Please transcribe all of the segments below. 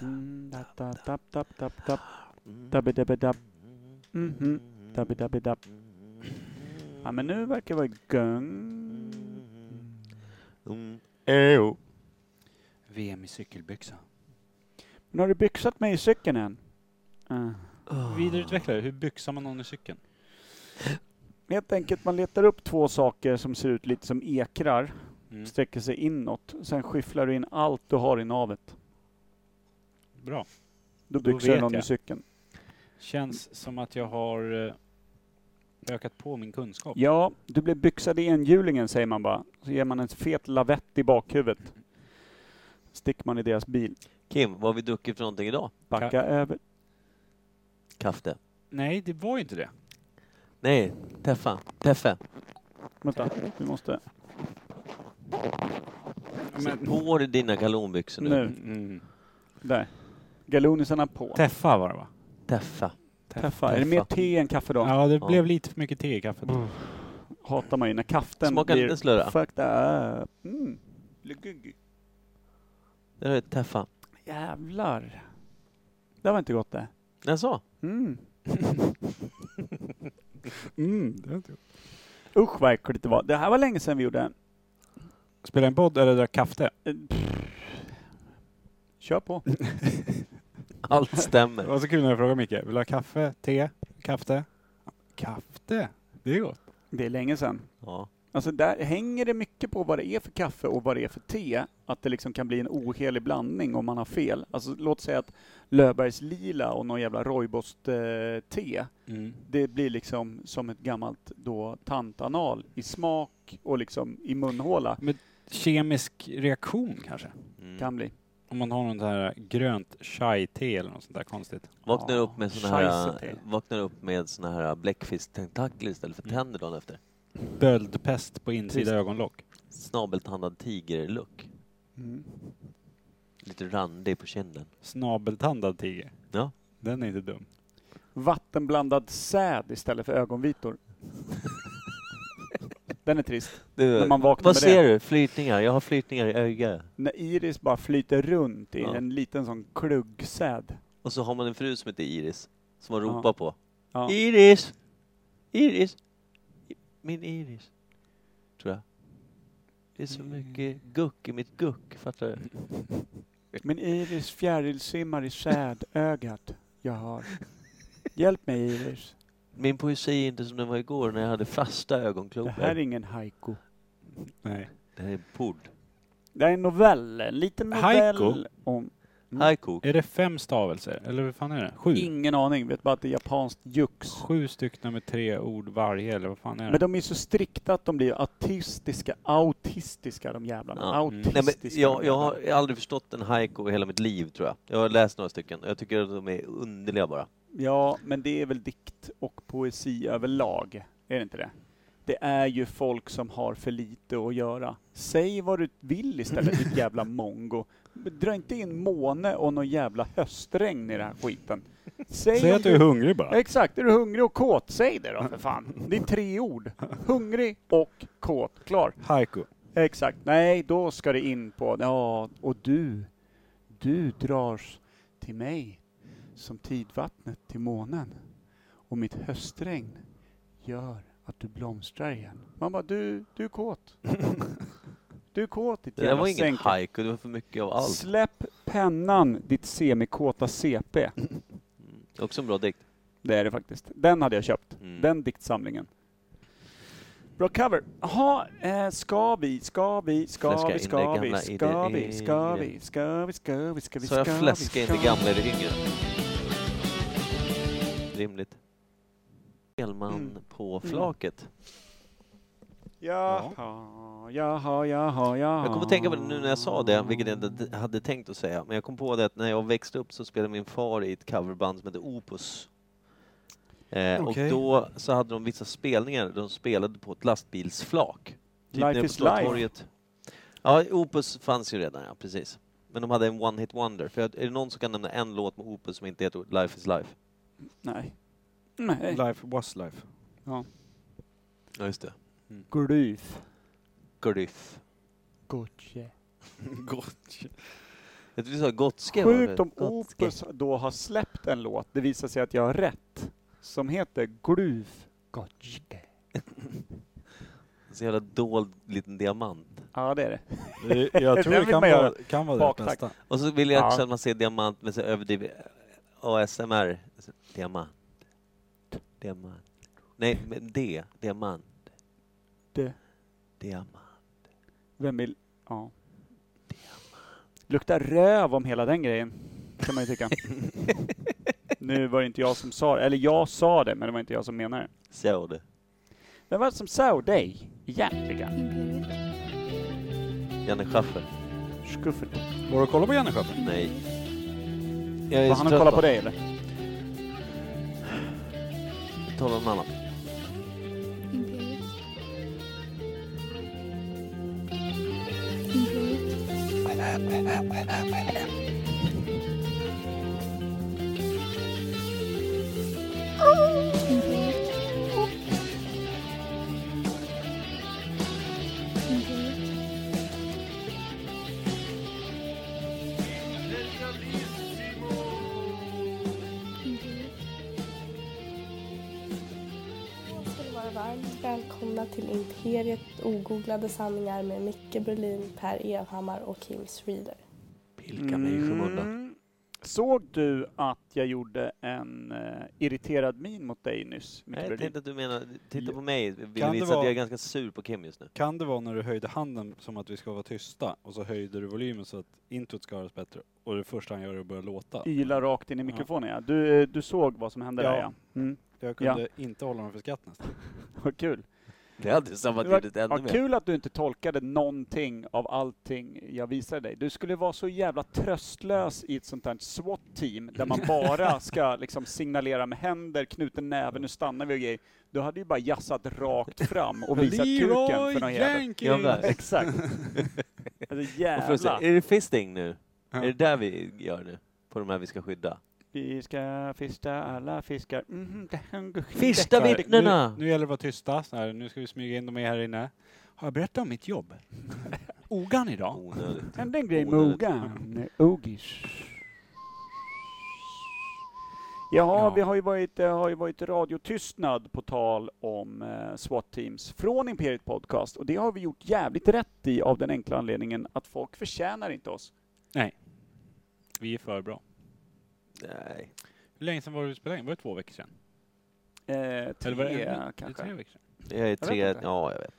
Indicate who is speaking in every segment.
Speaker 1: Mm, da- da- dap, dap, dap, dap. Dabbi, dabbi, dapp. Mhm. Dabbi, dabbi, dapp. Ja, men nu verkar vi vara igång.
Speaker 2: Ejo.
Speaker 3: VM i cykelbyxa.
Speaker 1: Men har du byxat mig i cykeln än? Eh,
Speaker 3: Vidareutvecklare, hur byxar man någon i cykeln?
Speaker 1: Helt enkelt, man letar upp två saker som ser ut lite som ekrar,
Speaker 3: Mm.
Speaker 1: sträcker sig inåt, sen skyfflar du in allt du har i navet.
Speaker 3: Bra.
Speaker 1: Då
Speaker 3: Då
Speaker 1: byxar du
Speaker 3: vet
Speaker 1: någon i
Speaker 3: jag.
Speaker 1: cykeln.
Speaker 3: Känns som att jag har eh, ökat på min kunskap.
Speaker 1: Ja, du blev byxad i enhjulingen säger man bara. Så ger man en fet lavett i bakhuvudet. Sticker man i deras bil.
Speaker 2: Kim, vad har vi druckit för någonting idag?
Speaker 1: Backa över.
Speaker 2: Kaffe.
Speaker 3: Nej, det var ju inte det.
Speaker 2: Nej, Teffa. Teffe.
Speaker 1: Vänta, vi måste...
Speaker 2: Sätt på dig dina galonbyxor nu.
Speaker 1: Nu,
Speaker 3: Mm.
Speaker 1: där. Galonisarna på.
Speaker 3: Teffa var det va?
Speaker 2: Teffa.
Speaker 1: Teffa. Är det mer te än kaffe då?
Speaker 3: Ja, Mm. det
Speaker 2: Ja.
Speaker 3: blev lite för mycket te i kaffet.
Speaker 1: Hatar man ju när kaften
Speaker 2: Smaka
Speaker 1: blir...
Speaker 2: lite slurra.
Speaker 1: Fucked up. Mm.
Speaker 2: Det är Teffa.
Speaker 1: Jävlar. Det var inte gott det.
Speaker 2: Jaså?
Speaker 1: Mm. Usch vad äckligt det var. Det här var länge sedan vi gjorde.
Speaker 3: Spela en podd eller drack kaffe?
Speaker 1: Eh, pff. Kör på.
Speaker 2: Allt
Speaker 3: Det
Speaker 2: stämmer.
Speaker 3: var så kul när jag frågade Micke. Vill du ha kaffe, te, kaffe? Kaffe? Det är gott.
Speaker 1: Det är länge sedan.
Speaker 2: Ja.
Speaker 1: Alltså där hänger det mycket på vad det är för kaffe och vad det är för te. Att det liksom kan bli en ohelig blandning om man har fel. Alltså låt säga att Löfbergs lila och någon jävla eh, rooibos-te,
Speaker 3: Mm.
Speaker 1: det blir liksom som ett gammalt då tantanal i smak och liksom i munhåla.
Speaker 3: Kemisk reaktion kanske?
Speaker 2: Mm.
Speaker 1: Kan bli.
Speaker 3: Om man har något här grönt chai-te eller något sånt där konstigt.
Speaker 2: Vaknar
Speaker 1: Ja,
Speaker 2: upp med såna här,
Speaker 1: scheisse-te.
Speaker 2: vaknar upp med såna här bläckfisktentakler istället för
Speaker 3: Mm.
Speaker 2: tänder dagen efter.
Speaker 3: Böldpest på insida ögonlock.
Speaker 2: Snabeltandad tigerluck. Lite randig på kinden.
Speaker 3: Snabeltandad tiger.
Speaker 2: Ja.
Speaker 3: Den är inte dum.
Speaker 1: Vattenblandad säd istället för ögonvitor. Den är trist. När
Speaker 2: Du,
Speaker 1: man vaknar
Speaker 2: vad
Speaker 1: med
Speaker 2: ser
Speaker 1: det.
Speaker 2: du? Flytningar. Jag har flytningar i ögat.
Speaker 1: När iris bara flyter runt i
Speaker 2: Ja.
Speaker 1: en liten sån kluggsäd.
Speaker 2: Och så har man en fru som heter Iris. Som man
Speaker 1: Ja.
Speaker 2: ropar på.
Speaker 1: Ja.
Speaker 2: Iris! Iris! I- Min Iris. Tror jag. Det är så mycket guck i mitt guck, fattar du?
Speaker 4: Mm.
Speaker 1: Min iris fjärilsimmar i sädögat jag har. Hjälp mig Iris.
Speaker 2: Min poesi är inte som den var igår när jag hade fasta
Speaker 1: Det
Speaker 2: ögonklopar.
Speaker 1: här är ingen haiku.
Speaker 3: Nej.
Speaker 2: Det här är podd.
Speaker 1: Det här är en novell. En liten novell.
Speaker 3: Haiku?
Speaker 1: Om, Mm.
Speaker 2: Haiku.
Speaker 3: Är det fem stavelser? Eller hur fan är det? Sju?
Speaker 1: ingen aning. Vet bara att det är japanskt jux.
Speaker 3: Sju stycken med tre ord varje, eller vad fan är
Speaker 1: Men
Speaker 3: det?
Speaker 1: de är så strikta att de blir autistiska. Autistiska de jävlarna.
Speaker 2: Ja. Mm.
Speaker 1: Autistiska.
Speaker 2: Nej, men
Speaker 1: de
Speaker 2: jag, jag
Speaker 1: jävlarna.
Speaker 2: har aldrig förstått en haiku i hela mitt liv, tror jag. Jag har läst några stycken. Jag tycker att de är underliga bara.
Speaker 1: Ja, men det är väl dikt och poesi överlag, är det inte det? Det är ju folk som har för lite att göra. Säg vad du vill istället, ditt jävla mongo. Dra inte in måne och någon jävla höstregn i den här skiten. Säg,
Speaker 3: Säg
Speaker 1: om
Speaker 3: att du är hungrig bara.
Speaker 1: Exakt, är du hungrig och kåt, säg det då för fan. Det är tre ord. Hungrig och kåt, klar.
Speaker 3: Haiku.
Speaker 1: Exakt. Nej, då ska det in på... Ja, och du, du dras till mig som tidvattnet till månen. Och mitt höstregn gör att du blomstrar igen. Man bara, du, du är kåt. Du är kåt, ditt
Speaker 2: Det där
Speaker 1: jävla
Speaker 2: var ingen
Speaker 1: sänke.
Speaker 2: haiku, det var för mycket av allt.
Speaker 1: Släpp pennan, ditt semikåta CP.
Speaker 2: Mm. Också en bra dikt.
Speaker 1: Det är det faktiskt. Den hade jag köpt.
Speaker 2: Mm.
Speaker 1: Den diktsamlingen. Bra cover. Jaha, eh, ska vi, ska vi, ska
Speaker 2: Fläska
Speaker 1: vi,
Speaker 2: in
Speaker 1: ska
Speaker 2: det
Speaker 1: vi,
Speaker 2: gamla i det
Speaker 1: ska vi, ska vi, ska
Speaker 2: yngre.
Speaker 1: vi, ska vi, ska vi,
Speaker 2: Så
Speaker 1: ska
Speaker 2: jag
Speaker 1: vi,
Speaker 2: fläskar inte gamla eller yngre. Rimligt. Spelman
Speaker 1: Mm.
Speaker 2: på
Speaker 1: Mm.
Speaker 2: flaket.
Speaker 1: Jaha, jaha, jaha, jaha.
Speaker 2: Jag kom att tänka på det nu när jag sa det, vilket jag inte hade tänkt att säga. Men jag kom på det att när jag växte upp så spelade min far i ett coverband som hette Opus. Eh,
Speaker 3: Okej.
Speaker 2: Och då så hade de vissa spelningar där de spelade på ett lastbilsflak. Typ
Speaker 1: Life
Speaker 2: nere på
Speaker 1: is life.
Speaker 2: Stortorget. Ja, Opus fanns ju redan, ja precis. Men de hade en One Hit Wonder. För jag- är det någon som kan nämna en låt med Opus som inte heter Life is Life?
Speaker 1: Nej. Nej.
Speaker 3: Life was life.
Speaker 2: Ja, just det.
Speaker 1: Glyf.
Speaker 2: Gryff.
Speaker 1: Gotje.
Speaker 3: Gott.
Speaker 2: Jag tyckte du sa gotska. var
Speaker 1: Sjukt
Speaker 2: det.
Speaker 1: om
Speaker 2: Gotske.
Speaker 1: Opus då har släppt en låt, det visar sig att jag har rätt, som heter Gruv Gotske.
Speaker 2: Så jävla dold liten diamant.
Speaker 1: Ja, det är det.
Speaker 4: Det- Jag tror det
Speaker 1: vill
Speaker 4: kan
Speaker 1: man
Speaker 4: vara,
Speaker 1: göra.
Speaker 4: kan vara det
Speaker 1: Baktakt.
Speaker 4: bästa.
Speaker 2: Och så vill jag också
Speaker 1: Ja.
Speaker 2: att man ser diamant med så överdrivet ASMR. Diamant. Diamant. Nej, men D. Diamant.
Speaker 1: Det.
Speaker 2: Diamant.
Speaker 1: Vem vill... Ja. Luktar röv om hela den grejen, kan man ju tycka. nu var det inte jag som sa det, eller jag sa det, men det var inte jag som menade det.
Speaker 2: Så du.
Speaker 1: Vem var det som sa dig egentligen?
Speaker 5: Imperiet.
Speaker 2: Janne Schaffer.
Speaker 1: Skuffert.
Speaker 4: Går du och kollar på Janne Sjöberg?
Speaker 2: Nej. Jag är
Speaker 1: Var
Speaker 2: så
Speaker 1: han och
Speaker 2: trött
Speaker 1: kollade
Speaker 2: på-
Speaker 1: på dig eller?
Speaker 2: Tala om något annat.
Speaker 5: Imperiet. Imperiet. Imperiet. Imperiet. Imperiet.
Speaker 6: Då ska ni vara varmt välkomna till Imperiet ogooglade sanningar med Micke Berlin, Per Evhammar och Kim Reader.
Speaker 2: Pilka mig i skymundan.
Speaker 1: Mm. Såg du att jag gjorde en eh, irriterad min mot dig nyss? Micke
Speaker 2: Nej, jag
Speaker 1: Berlin?
Speaker 2: tänkte att du menar, titta på mig, vill
Speaker 4: Kan det
Speaker 2: visa
Speaker 4: vara-
Speaker 2: att jag är ganska sur på Kim just nu.
Speaker 4: Kan det vara när du höjde handen som att vi ska vara tysta och så höjde du volymen så att introt ska höras bättre och det första han gör är att börja låta?
Speaker 1: Yla rakt in i mikrofonen ja. Du, eh, du såg vad som hände
Speaker 4: Ja.
Speaker 1: där ja. Mm.
Speaker 4: Jag kunde inte hålla mig för skratt nästan.
Speaker 1: Vad kul.
Speaker 2: Det hade sabbat
Speaker 1: Det var-
Speaker 2: ljudet ännu
Speaker 1: Vad
Speaker 2: mer.
Speaker 1: kul att du inte tolkade någonting av allting jag visade dig. Du skulle vara så jävla tröstlös i ett sånt här SWAT-team där man bara ska liksom signalera med händer, knuten näve, nu stannar vi och grejer. Du hade ju bara jassat rakt fram och visat kuken för någon jävel.
Speaker 2: Jävlar.
Speaker 1: Exakt. Alltså
Speaker 2: Och för att säga,
Speaker 1: jävlar.
Speaker 2: är det fisting nu?
Speaker 4: Ja.
Speaker 2: Är det där vi gör nu? På de här vi ska skydda?
Speaker 1: Vi ska fiska alla fiskar. Mhm, det här går inte.
Speaker 2: Fista
Speaker 4: Så här,
Speaker 2: vittnena!
Speaker 4: Nu, nu gäller det att vara tysta, så här, nu ska vi smyga in dem här inne. Har jag berättat om mitt jobb? Ogan idag?
Speaker 2: Onödigt.
Speaker 1: Hände en grej med
Speaker 2: Onödigt. Mm.
Speaker 1: Ogan. Ogis. Jaha,
Speaker 4: Ja.
Speaker 1: vi har ju, varit, det har ju varit radiotystnad på tal om eh, SWAT-teams från Imperiet Podcast och det har vi gjort jävligt rätt i av den enkla anledningen att folk förtjänar inte oss.
Speaker 4: Vi är för bra.
Speaker 2: Nej.
Speaker 4: Hur länge sedan var det du spelade in? Var det två veckor sedan?
Speaker 1: Eh, tre
Speaker 4: Eller var det en-
Speaker 1: kanske.
Speaker 4: Tre veckor sedan.
Speaker 2: Jag är tre,
Speaker 1: inte.
Speaker 2: ja jag vet.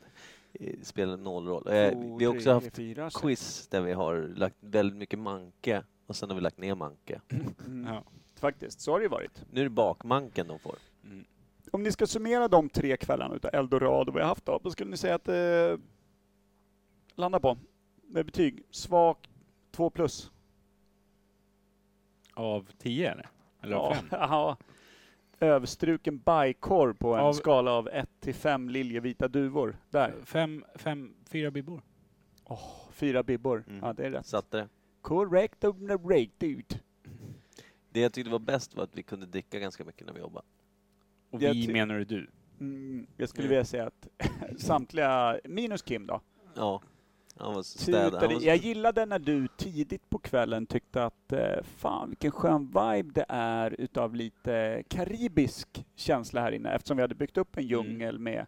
Speaker 2: Det spelar noll roll. Eh,
Speaker 1: Två,
Speaker 2: vi har också
Speaker 1: tre,
Speaker 2: haft
Speaker 1: fyra, sex.
Speaker 2: quiz där vi har lagt väldigt mycket manke och sen har vi lagt ner manke.
Speaker 1: Mm,
Speaker 4: Ja.
Speaker 1: Faktiskt, så har det ju varit.
Speaker 2: Nu är det bakmanken de får.
Speaker 4: Mm.
Speaker 1: Om ni ska summera de tre kvällarna utav Eldorado vi har haft då, då skulle ni säga att eh, landa på med betyg svag 2 plus.
Speaker 4: Av tio eller? Eller av
Speaker 1: Ja,
Speaker 4: fem?
Speaker 1: ja. Överstruken bajkorv på en
Speaker 4: Av- Mm.
Speaker 1: skala av 1 till 5 liljevita duvor. Där,
Speaker 4: Fem, fem, fyra bibbor.
Speaker 1: fyra bibbor.
Speaker 2: Mm.
Speaker 1: Ja, det är rätt.
Speaker 2: Satte det.
Speaker 1: Correct of the rate, dude.
Speaker 2: Det jag tyckte var bäst var att vi kunde dricka ganska mycket när vi jobbade.
Speaker 4: Och
Speaker 1: Jag
Speaker 4: vi
Speaker 1: ty-
Speaker 4: menar du du.
Speaker 1: Mm, jag skulle
Speaker 2: Mm.
Speaker 1: vilja säga att samtliga, minus Kim då,
Speaker 2: Ja. Han var så städad. Han
Speaker 1: tutade.
Speaker 2: var så...
Speaker 1: Typ, Jag gillade när du tidigt på kvällen tyckte att eh, fan vilken skön vibe det är utav lite karibisk känsla här inne eftersom vi hade byggt upp en djungel med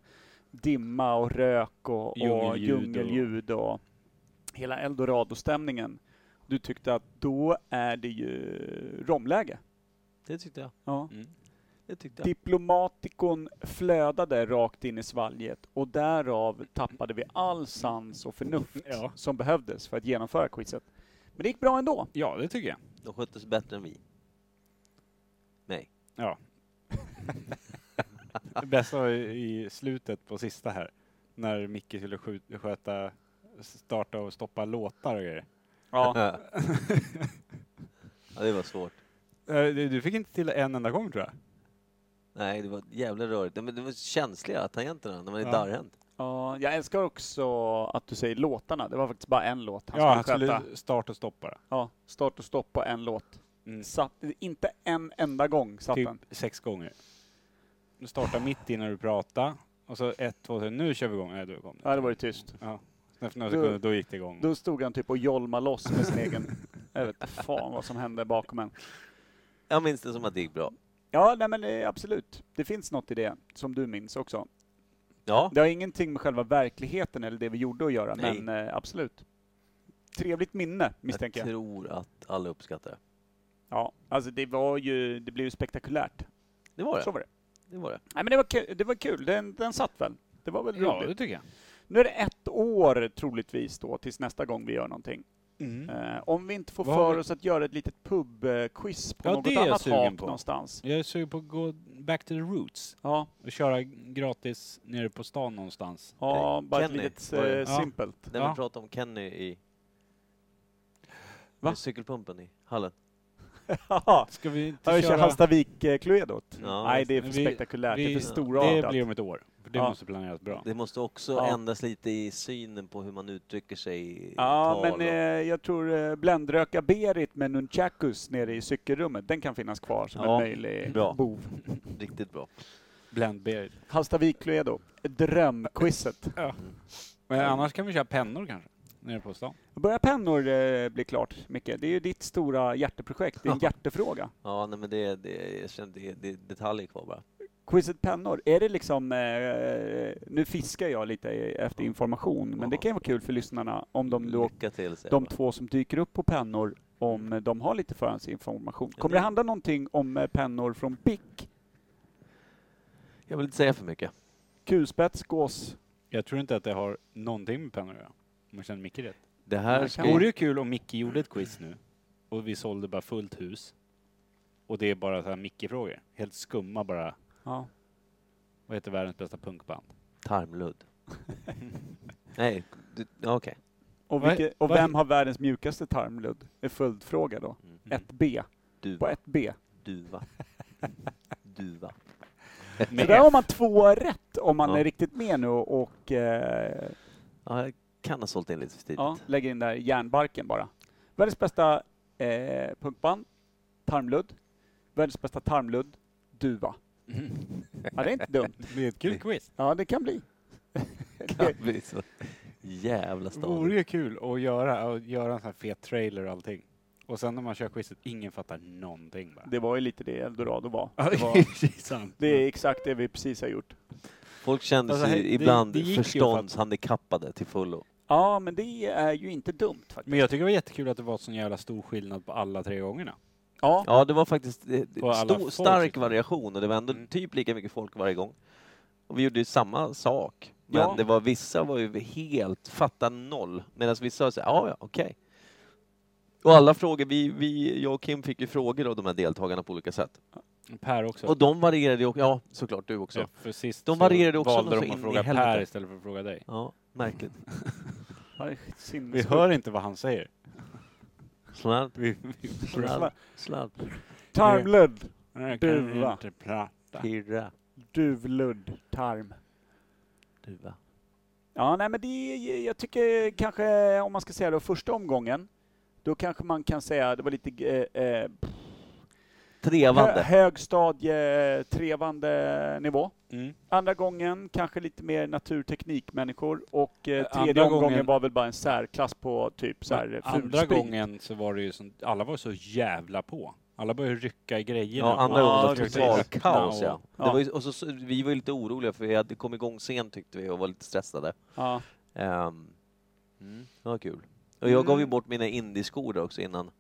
Speaker 1: dimma och rök och, och
Speaker 4: Djungeljud och-
Speaker 1: djungelljud och hela Eldorado-stämningen. Du tyckte att då är det ju romläge.
Speaker 2: Det tyckte jag.
Speaker 1: Ja.
Speaker 4: Mm.
Speaker 2: Det tyckte jag.
Speaker 1: Diplomatikon flödade rakt in i svalget och därav tappade vi all sans och förnuft
Speaker 4: Ja.
Speaker 1: som behövdes för att genomföra quizet. Men det gick bra ändå.
Speaker 4: Ja, det tycker jag.
Speaker 2: De skötte sig bättre än vi. Nej.
Speaker 4: Ja. det bästa var ju i slutet på sista här. När Micke skulle skjut- sköta, starta och stoppa låtar och grejer.
Speaker 1: Ja.
Speaker 2: ja, det var svårt.
Speaker 4: Eh, Du du fick inte till en enda gång tror jag.
Speaker 2: Nej, det var jävla rörigt. Nej, Men det var känsliga tangenterna när man är
Speaker 4: Ja.
Speaker 2: darrhänt.
Speaker 1: ja. Jag älskar också att du säger låtarna. Det var faktiskt bara en låt han
Speaker 4: ja, han
Speaker 1: skulle sköta.
Speaker 4: skulle starta och stoppa. det.
Speaker 1: Ja, start och stopp på en låt.
Speaker 4: Mm.
Speaker 1: Satt, inte en enda gång satt
Speaker 4: Typ
Speaker 1: den.
Speaker 4: sex gånger. Du startar mitt i när du pratar. Och så ett, två, tre, nu kör vi igång. Nej, då kom det.
Speaker 1: Ja, det var ju tyst.
Speaker 4: Ja. Efter några
Speaker 1: Då-
Speaker 4: sekunder, då gick det igång.
Speaker 1: Då stod han typ och jolma loss med sin egen Jag vet inte fan vad som hände bakom en.
Speaker 2: Jag minns det som att det gick bra.
Speaker 1: Ja, nej men eh, absolut. Det finns något i det som du minns också.
Speaker 2: Ja,
Speaker 1: Det har ingenting med själva verkligheten eller det vi gjorde att göra,
Speaker 2: Nej.
Speaker 1: men eh, absolut. Trevligt minne, misstänker
Speaker 2: jag
Speaker 1: jag.
Speaker 2: tror att alla uppskattar det.
Speaker 1: Ja, alltså det var ju, det blev ju spektakulärt.
Speaker 2: Det var
Speaker 1: Så
Speaker 2: det.
Speaker 1: var det.
Speaker 2: det, var det.
Speaker 1: Nej men det var kul, det var kul. Den, den satt väl? Det var väl
Speaker 4: Ja, det
Speaker 1: roligt?
Speaker 4: tycker jag.
Speaker 1: Nu är det ett år troligtvis då, tills nästa gång vi gör någonting. Eh, om vi inte får
Speaker 4: Mm. Vad har
Speaker 1: för
Speaker 4: vi-
Speaker 1: oss att göra ett litet pubquiz på
Speaker 4: Ja, det
Speaker 1: något
Speaker 4: är jag
Speaker 1: annat
Speaker 4: sugen
Speaker 1: hak
Speaker 4: på.
Speaker 1: någonstans.
Speaker 4: Jag är sugen på att gå back to the roots
Speaker 1: Ja,
Speaker 4: och köra gratis nere på stan någonstans.
Speaker 1: ja bara
Speaker 2: Kenny,
Speaker 1: ett litet
Speaker 2: var det?
Speaker 1: eh,
Speaker 4: Ja.
Speaker 1: simpelt.
Speaker 2: När
Speaker 4: Ja.
Speaker 2: vi pratade om Kenny i
Speaker 1: Va?
Speaker 2: i cykelpumpen i hallen.
Speaker 4: Ska vi inte
Speaker 1: Har vi kört
Speaker 4: köra?
Speaker 1: Halstavik-kluedat?
Speaker 2: Ja,
Speaker 1: eh, Nej, det är för
Speaker 4: men vi-
Speaker 1: spektakulärt. det är
Speaker 4: vi-
Speaker 1: för storartat.
Speaker 4: Det blir om ett år. För det
Speaker 1: Ja.
Speaker 4: måste planeras bra.
Speaker 2: Det måste också
Speaker 1: Ja.
Speaker 2: ändras lite i synen på hur man uttrycker sig i
Speaker 1: Ja,
Speaker 2: tal.
Speaker 1: men
Speaker 2: och-
Speaker 1: eh, jag tror eh, bländröka Berit med nunchakus nere i cykelrummet, den kan finnas kvar som
Speaker 2: Ja,
Speaker 1: en möjlig
Speaker 2: bra.
Speaker 1: bov.
Speaker 2: Riktigt bra.
Speaker 4: Blend beer.
Speaker 1: Halstavik-Cluedo, drömquizet.
Speaker 4: Men annars kan vi köra pennor kanske, nere på stan.
Speaker 1: Börjar pennor eh, bli klart, Micke? Det är ju ditt stora hjärteprojekt, det är en
Speaker 2: Ja.
Speaker 1: hjärtefråga.
Speaker 2: Ja, nej, men det, det, jag känner, det, det är detaljer kvar bara.
Speaker 1: Quizet pennor, är det liksom, eh, nu fiskar jag lite i- efter information, men det kan ju vara kul för lyssnarna om de då
Speaker 2: Lycka till, säger
Speaker 1: de
Speaker 2: jag bara.
Speaker 1: två som dyker upp på pennor om de har lite förhandsinformation. Kommer det handla någonting om eh, pennor från Bick?
Speaker 2: Jag vill inte säga för mycket.
Speaker 1: Kulspets, gås?
Speaker 4: Jag tror inte att det har någonting med pennor att göra. Om jag känner Micke rätt.
Speaker 2: Det här
Speaker 1: Det
Speaker 2: ska...
Speaker 1: kan
Speaker 4: Det vore ju kul om Micke gjorde ett quiz nu och vi sålde bara fullt hus. Och det är bara så här Micke-frågor. Helt skumma bara.
Speaker 1: Ja.
Speaker 4: Vad heter världens bästa punkband?
Speaker 2: Tarmludd. nej, du- ja, okej.
Speaker 1: Och,
Speaker 4: Vad-
Speaker 1: vilke, och
Speaker 4: vad-
Speaker 1: vem har världens mjukaste tarmludd? Är följdfråga då.
Speaker 2: Mm.
Speaker 1: 1B. På
Speaker 2: Duva.
Speaker 1: 1B.
Speaker 2: Duva. Duva.
Speaker 1: Så
Speaker 4: Med
Speaker 1: där har
Speaker 4: F.
Speaker 1: man två rätt om man
Speaker 2: Ja.
Speaker 1: är riktigt med nu och eh,
Speaker 2: Ja, jag kan ha sålt in lite för tidigt.
Speaker 1: ja, lägger in där järnbarken bara. Världens bästa eh, punkband, tarmludd. Världens bästa tarmludd, duva. Ja, det är inte dumt.
Speaker 4: Det är ett kul quiz.
Speaker 1: Ja, det kan bli.
Speaker 2: Kan bli så Jävla
Speaker 4: Det vore
Speaker 2: stad.
Speaker 4: ju kul att göra, att göra en sån här fet trailer och allting. Och sen när man kör quizet, ingen fattar någonting bara.
Speaker 1: Det var ju lite det Eldorado var.
Speaker 4: Ja,
Speaker 1: Det var
Speaker 4: det är sant.
Speaker 1: Det är exakt det vi precis har gjort.
Speaker 2: Folk kände
Speaker 4: Alltså,
Speaker 2: sig
Speaker 4: hej, det-
Speaker 2: ibland
Speaker 4: det gick ju för att-
Speaker 2: förståndshandikappade till fullo.
Speaker 1: Ja, men det är ju inte dumt faktiskt.
Speaker 4: Men jag tycker det var jättekul att det var sån jävla stor skillnad på alla tre gångerna.
Speaker 1: Ja,
Speaker 2: Ja, det var faktiskt eh,
Speaker 4: På alla
Speaker 2: stor,
Speaker 4: folk
Speaker 2: stark
Speaker 4: sitter.
Speaker 2: variation och det var ändå
Speaker 4: Mm.
Speaker 2: typ lika mycket folk varje gång. Och vi gjorde ju samma sak. Men
Speaker 1: Ja.
Speaker 2: det var, vissa var ju helt, fattade noll. Medan vissa var så här, ja, ja, okej. Och alla frågor, vi, vi, jag och Kim fick ju frågor av de här deltagarna på olika sätt.
Speaker 4: Per också.
Speaker 2: Och de varierade ju också, ja såklart du också.
Speaker 4: Ja, för sist
Speaker 2: De
Speaker 4: så
Speaker 2: varierade också
Speaker 4: valde
Speaker 2: något så
Speaker 4: de
Speaker 2: in
Speaker 4: att
Speaker 2: i
Speaker 4: fråga
Speaker 2: helvete.
Speaker 4: Per istället för att fråga dig.
Speaker 2: Ja, märkligt.
Speaker 1: det är
Speaker 4: Vi
Speaker 1: sinnessjukt.
Speaker 4: hör inte vad han säger.
Speaker 2: Sladd,
Speaker 4: Vi,
Speaker 2: sladd, sladd,
Speaker 1: Tarmludd,
Speaker 4: vi
Speaker 1: Duva.
Speaker 4: kan inte prata.
Speaker 2: pirra,
Speaker 1: duvludd, tarm.
Speaker 2: duva.
Speaker 1: Ja, nej men det, jag tycker kanske, om man ska säga det, första omgången, då kanske man kan säga, det var lite eh, eh, hö,
Speaker 2: Trevande.
Speaker 1: högstadie, eh, trevande nivå.
Speaker 4: Mm.
Speaker 1: Andra gången kanske lite mer naturteknikmänniskor och eh,
Speaker 4: Andra
Speaker 1: tredje omgången
Speaker 4: gången-
Speaker 1: var väl bara en särklass på typ så här
Speaker 4: Andra
Speaker 1: fulsprit.
Speaker 4: gången så var det ju som, alla var så jävla på. Alla började rycka i grejerna.
Speaker 2: Ja, andra gången var det
Speaker 1: precis.
Speaker 2: totalt kaos ja.
Speaker 1: Ja.
Speaker 2: Det var ju, och så, så, vi var ju lite oroliga för vi hade kom igång sent tyckte vi och var lite stressade.
Speaker 1: Ja.
Speaker 2: Ehm, mm, det var kul. Och jag gav ju
Speaker 1: Mm.
Speaker 2: bort mina indieskor där också innan.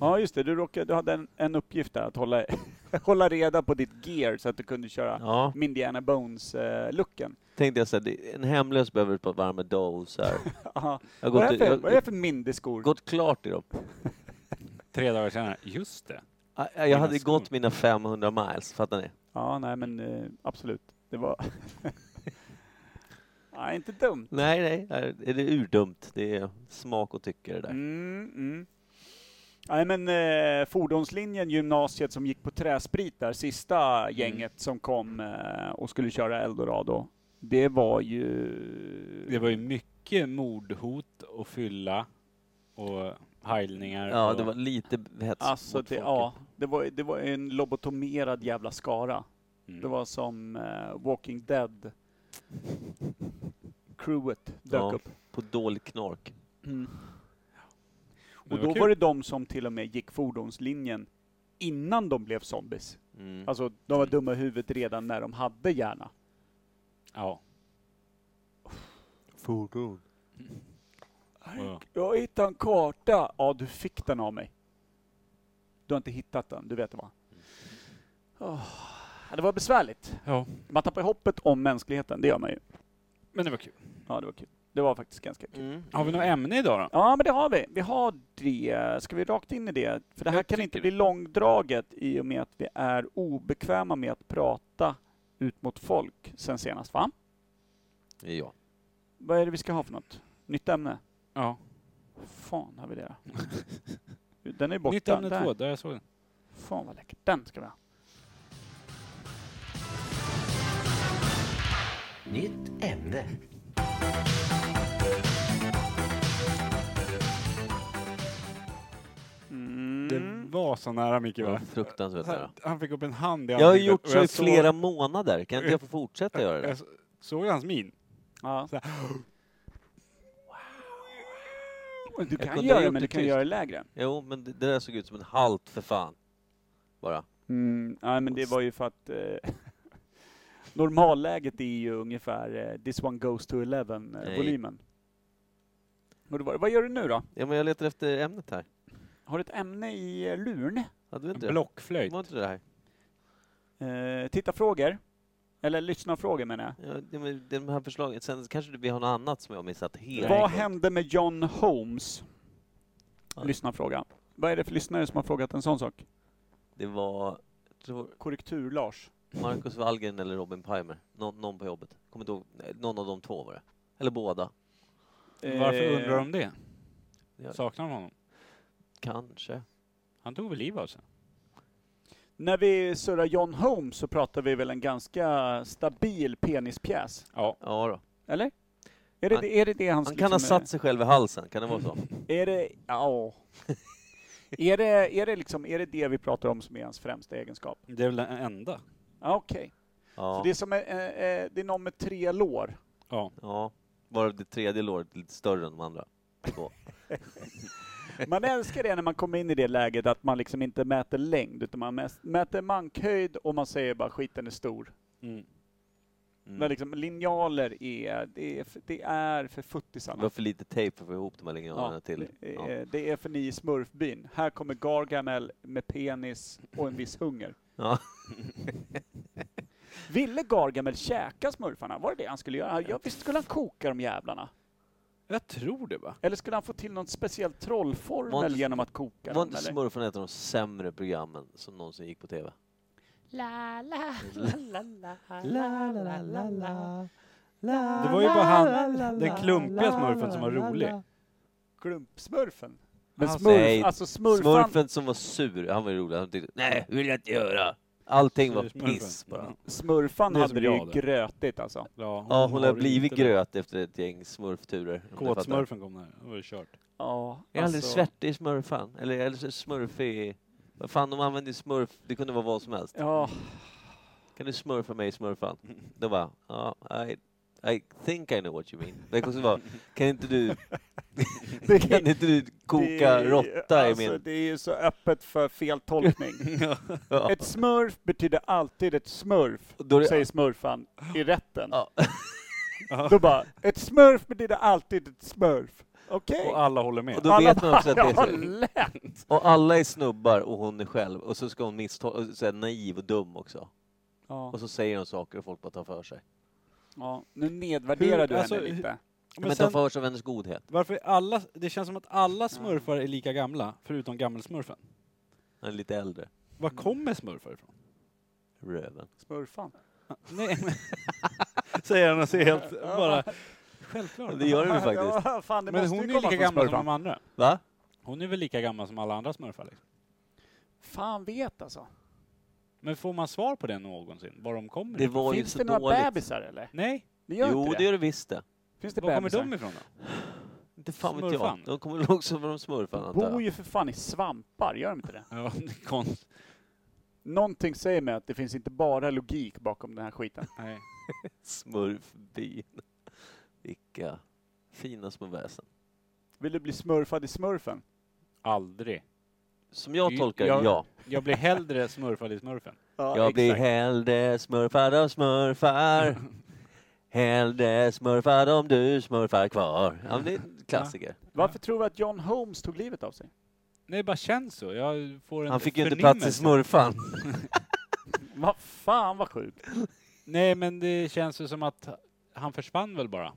Speaker 1: Ja just det, du, råkade, du hade en, en uppgift där att hålla, hålla reda på ditt gear så att du kunde köra
Speaker 2: Ja.
Speaker 1: Mindiana eh, Bones-looken.
Speaker 2: Tänkte jag såhär, en hemlös behöver ett par varma doser.
Speaker 1: Aha.
Speaker 2: Jag
Speaker 1: vad, är
Speaker 2: har
Speaker 1: det för-
Speaker 2: gått,
Speaker 1: vad är det
Speaker 2: jag,
Speaker 1: för Mindy-skor?
Speaker 2: gått klart i dem. Ah,
Speaker 4: Tre dagar senare, just det.
Speaker 2: Jag- ah, Jag
Speaker 4: Mina
Speaker 2: hade
Speaker 4: skor.
Speaker 2: gått mina 500 miles, fattar ni?
Speaker 1: Ja, nej men eh, absolut. Det var... nej, inte dumt.
Speaker 2: Nej, nej, det är det urdumt. Det är smak och tycke det där.
Speaker 1: Mm, mm. Nej men eh, fordonslinjen, gymnasiet som gick på träsprit där,
Speaker 2: Mm.
Speaker 1: sista gänget som kom eh, och skulle köra Eldorado. Det var ju...
Speaker 4: Det var ju mycket mordhot och fylla och heilningar.
Speaker 2: Ja,
Speaker 4: och
Speaker 2: det var lite hets
Speaker 1: Alltså
Speaker 2: mot
Speaker 1: det,
Speaker 2: folket.
Speaker 1: ja, det, var, det var en lobotomerad jävla skara.
Speaker 4: Mm.
Speaker 1: Det var som eh, Walking Dead. Crewet dök
Speaker 2: Ja.
Speaker 1: upp.
Speaker 2: På dåligt knark.
Speaker 1: Mm. Och
Speaker 4: Men vad
Speaker 1: då
Speaker 4: kul.
Speaker 1: var det de som till och med gick fordonslinjen innan de blev zombies.
Speaker 2: Mm.
Speaker 1: Alltså, de var dumma i huvudet redan när de hade hjärna.
Speaker 4: Ja.
Speaker 2: Fordon.
Speaker 4: Mm. Ja.
Speaker 1: Jag hittade en karta! Ja, du fick den av mig. Du har inte hittat den, du vet det va?
Speaker 4: Mm.
Speaker 1: Åh, ja, det var besvärligt.
Speaker 4: ja.
Speaker 1: Man tappar hoppet om mänskligheten, det gör man ju.
Speaker 4: Men det var kul.
Speaker 1: Ja, det var kul. Det var faktiskt ganska kul.
Speaker 2: Mm.
Speaker 4: Har vi något ämne idag då?
Speaker 1: Ja, men det har vi. Vi har det. Ska vi rakt in i det? För det här
Speaker 2: Jag
Speaker 1: kan
Speaker 2: tycker
Speaker 1: inte
Speaker 2: det.
Speaker 1: bli långdraget i och med att vi är obekväma med att prata ut mot folk sen senast, va?
Speaker 2: Ja.
Speaker 1: Vad är det vi ska ha för något? Nytt ämne?
Speaker 4: Ja.
Speaker 1: Fan har vi det då? Den är borta.
Speaker 4: Nytt ämne
Speaker 1: Där.
Speaker 4: två, där jag såg den.
Speaker 1: Fan vad läckert. Den ska vi ha.
Speaker 7: Nytt ämne.
Speaker 4: Det
Speaker 2: Mm.
Speaker 1: Mm.
Speaker 4: var så nära Micke
Speaker 2: Det var
Speaker 4: va?
Speaker 2: fruktansvärt nära.
Speaker 4: Han, han fick upp en hand i
Speaker 2: Jag har
Speaker 4: ansiktet
Speaker 2: gjort
Speaker 4: och
Speaker 2: så i
Speaker 4: såg-
Speaker 2: flera månader. Kan inte jag få fortsätta göra det?
Speaker 4: Jag så- såg hans min.
Speaker 1: Ja.
Speaker 4: Så här.
Speaker 1: Du
Speaker 2: kunde
Speaker 1: kan
Speaker 2: ha
Speaker 1: göra det,
Speaker 2: gjort
Speaker 1: men
Speaker 2: det
Speaker 1: du kan
Speaker 2: tyst.
Speaker 1: göra det lägre.
Speaker 2: Jo, men det det där såg ut som en halt för fan. Bara.
Speaker 1: Mm, nej, men det var ju för att eh, normalläget är ju ungefär eh, this one goes to 11 eh,
Speaker 2: Nej.
Speaker 1: volymen. Och det var, vad gör du nu då?
Speaker 2: Ja, men jag letar efter ämnet här.
Speaker 1: Har du ett ämne i eh, luren?
Speaker 2: Ja, du vet inte det?
Speaker 4: Blockflöjt.
Speaker 2: Var inte det här?
Speaker 1: Eh, titta frågor Eller lyssna frågor menar jag.
Speaker 2: Ja, det med de här förslagen. Sen kanske vi har något annat som jag har missat helt.
Speaker 1: Vad hände med John Holmes?
Speaker 2: Ja.
Speaker 1: Lyssna fråga. Vad är det för lyssnare som har frågat en sån sak?
Speaker 2: Det var, jag tror,
Speaker 1: Korrektur-Lars.
Speaker 2: Marcus Wallgren eller Robin Palmer. Nå, någon på jobbet. Kommer inte ihåg. Nej, Någon av de två var det. Eller båda.
Speaker 4: Eh,
Speaker 1: Eh,
Speaker 4: Varför undrar de det?
Speaker 2: Ja,
Speaker 4: Saknar de honom?
Speaker 2: Kanske.
Speaker 4: Han tog väl liv av sig?
Speaker 1: När vi surrar John Holmes så pratar vi väl en ganska stabil penispjäs?
Speaker 4: Ja.
Speaker 2: Ja då.
Speaker 1: Eller? Är det
Speaker 2: Han-
Speaker 1: det, är det, det hans
Speaker 2: Han kan ha
Speaker 1: liksom, eh,
Speaker 2: satt sig själv i halsen, kan det vara så?
Speaker 1: Är det... Ja. är, det, är, det liksom, är det det vi pratar om som är hans främsta egenskap?
Speaker 4: Det är väl den enda?
Speaker 1: Ja, Okej. Så
Speaker 2: Ja.
Speaker 1: det är som är, eh, eh, det är någon med tre lår.
Speaker 4: Ja.
Speaker 2: ja. Varav det tredje låret är lite större än de andra. Två.
Speaker 1: Man älskar det när man kommer in i det läget att man liksom inte mäter längd utan man mäs- mäter mankhöjd och man säger bara skiten är stor.
Speaker 4: Mm.
Speaker 1: När
Speaker 2: Mm.
Speaker 1: liksom linjaler är, det är, för- det är för
Speaker 2: Det var
Speaker 1: futtisarna.
Speaker 2: för lite tejp för att få ihop de här linjalerna till.
Speaker 1: det,
Speaker 2: Ja.
Speaker 1: är, Eh, det är för ni i smurfbyn. Här kommer Gargamel med penis och en viss hunger.
Speaker 2: Ja.
Speaker 1: Ville Gargamel käka smurfarna? Var det det han skulle göra? Ja, visst skulle han koka de jävlarna?
Speaker 4: Jag tror det va?
Speaker 1: Eller skulle han få till någon speciell
Speaker 2: Var
Speaker 1: trollformel
Speaker 2: inte-
Speaker 1: genom att koka
Speaker 2: Var
Speaker 1: dem?
Speaker 2: inte
Speaker 1: Eller?
Speaker 2: Smurfarna ett av de sämre programmen som någonsin gick på TV?
Speaker 5: La la la la la
Speaker 4: Det var ju bara han, den klumpiga smurfen som var rolig.
Speaker 1: Klumpsmurfen? Men
Speaker 4: Han-
Speaker 1: smurf,
Speaker 2: Nej,
Speaker 1: alltså smurfan...
Speaker 2: Smurfen som var sur, han var ju rolig. Han tyckte nej, vill jag inte göra. Allting var
Speaker 4: Smurfen.
Speaker 2: piss bara.
Speaker 1: Smurfan
Speaker 4: Det är
Speaker 1: hade
Speaker 4: som
Speaker 1: det ju
Speaker 4: jag det.
Speaker 1: grötigt alltså.
Speaker 4: Ja,
Speaker 2: Ja, hon har
Speaker 4: ju
Speaker 2: blivit
Speaker 4: inte det.
Speaker 2: gröt efter ett gäng smurfturer. om du fattar.
Speaker 4: Kåtsmurfen kom där. Då var det kört.
Speaker 1: Ja,
Speaker 2: Jag är aldrig
Speaker 1: alltså-
Speaker 2: svettig smurfan. Eller, eller så smurfig... Vad fan, de använde ju smurf. Det kunde vara vad som helst.
Speaker 1: Ja,
Speaker 2: Kan du smurfa mig smurfan? Då bara, ja, I, I think I know what you mean. Det kan också vara, kan inte du,
Speaker 1: det,
Speaker 2: kan inte du koka
Speaker 1: det-
Speaker 2: råtta i
Speaker 1: alltså,
Speaker 2: min...
Speaker 1: Det är ju så öppet för fel tolkning.
Speaker 2: Ja.
Speaker 1: alltså Ett smurf betyder alltid ett smurf,
Speaker 2: Då är det-
Speaker 1: säger smurfan i rätten.
Speaker 2: Ja.
Speaker 1: Då bara, ett smurf betyder alltid ett smurf. Okej?
Speaker 4: Och alla håller
Speaker 2: Och
Speaker 4: med.
Speaker 2: då vet man också att det är
Speaker 1: ja,
Speaker 2: så.
Speaker 1: lätt!
Speaker 2: Och alla är snubbar och hon är själv. Och så ska hon misstolka, så är naiv och dum också.
Speaker 1: Ja,
Speaker 2: Och så säger hon saker och folk bara tar för sig.
Speaker 1: ja. Nu nedvärderar
Speaker 4: Hur-
Speaker 1: du
Speaker 4: alltså,
Speaker 1: henne lite.
Speaker 2: Men,
Speaker 4: Men
Speaker 2: tar
Speaker 4: sen,
Speaker 2: för sig av hennes godhet.
Speaker 4: varför är alla, det känns som att alla smurfar är lika gamla, förutom gammelsmurfen.
Speaker 2: Han är lite äldre.
Speaker 4: Var kommer smurfar ifrån?
Speaker 2: Röven.
Speaker 1: Smurfan.
Speaker 4: Nej, men... Säger han och ser helt bara... Självklart.
Speaker 2: Ja, det gör de ju faktiskt.
Speaker 1: Ja, fan, det
Speaker 4: Men
Speaker 1: måste
Speaker 4: hon är
Speaker 1: ju
Speaker 4: ju
Speaker 1: komma
Speaker 4: lika
Speaker 1: från
Speaker 4: gammal som
Speaker 1: smurfan.
Speaker 4: de andra.
Speaker 2: Va?
Speaker 4: Hon är väl lika gammal som alla andra smurfar liksom.
Speaker 1: Fan vet alltså.
Speaker 4: Men får man svar på det någonsin? Var de kommer
Speaker 2: Det
Speaker 4: ifrån?
Speaker 2: var ju
Speaker 1: Finns
Speaker 2: så
Speaker 1: det några
Speaker 2: dåligt.
Speaker 1: bebisar eller?
Speaker 4: Nej,
Speaker 1: Det gör
Speaker 2: Jo,
Speaker 1: inte
Speaker 2: det
Speaker 1: det.
Speaker 2: gör det visst det.
Speaker 1: Finns det
Speaker 4: var kommer
Speaker 1: bebisar?
Speaker 4: de ifrån då?
Speaker 2: Inte fan vet jag.
Speaker 4: Smurfan.
Speaker 2: De kommer väl också från smurfarna
Speaker 1: De
Speaker 2: antar
Speaker 1: bor
Speaker 2: jag.
Speaker 1: ju för fan i svampar, gör de inte det?
Speaker 4: Ja, det är konst.
Speaker 1: Någonting säger mig att det finns inte bara logik bakom den här skiten.
Speaker 4: Nej.
Speaker 2: Smurfbyn. Vilka fina små väsen.
Speaker 1: Vill du bli smurfad i smurfen?
Speaker 4: Aldrig.
Speaker 2: Som jag
Speaker 4: Y-
Speaker 2: tolkar
Speaker 4: jag-
Speaker 2: ja.
Speaker 4: Jag blir hellre smurfad i smurfen.
Speaker 2: Jag blir hellre smurfad av smurfar. Hellre smurfad om du smurfar kvar. Ja, men det är en klassiker.
Speaker 1: Varför tror du att John Holmes tog livet av sig?
Speaker 4: Nej, det bara känns så. Jag får en
Speaker 2: Han fick ju inte
Speaker 4: förnimmelse.
Speaker 2: plats i smurfan.
Speaker 1: Vad fan vad sjukt.
Speaker 4: Nej, men det känns ju som att han försvann väl bara.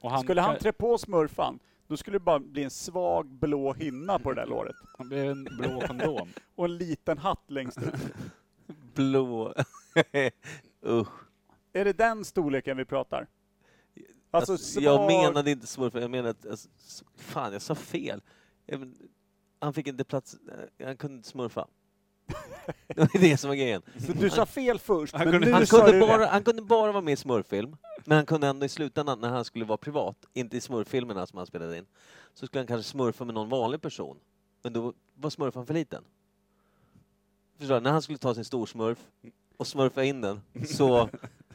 Speaker 4: Och han,
Speaker 1: Skulle han trä på smurfan, då skulle det bara bli en svag blå hinna på det där låret.
Speaker 4: han blev en blå kondom.
Speaker 1: Och en liten hatt längst ut.
Speaker 2: Blå. Usch.
Speaker 1: Är det den storleken vi pratar? Alltså,
Speaker 2: Alltså, jag
Speaker 1: svag-
Speaker 2: menade inte smurfen, jag menade att... Alltså, s- fan, jag sa fel. Jag men- Han fick inte plats, eh, han kunde inte smurfa. Det var det som var grejen.
Speaker 1: Så du sa fel först,
Speaker 4: Han
Speaker 1: men
Speaker 4: kunde-
Speaker 1: nu
Speaker 2: Han
Speaker 1: sa
Speaker 2: kunde,
Speaker 1: du
Speaker 2: bara,
Speaker 1: rätt.
Speaker 2: han kunde bara vara med i smurffilm, men han kunde ändå i slutändan, när han skulle vara privat, inte i smurffilmerna som han spelade in, så skulle han kanske smurfa med någon vanlig person. Men då var smurfan för liten. Förstår du? När han skulle ta sin stor smurf och smurfa in den, så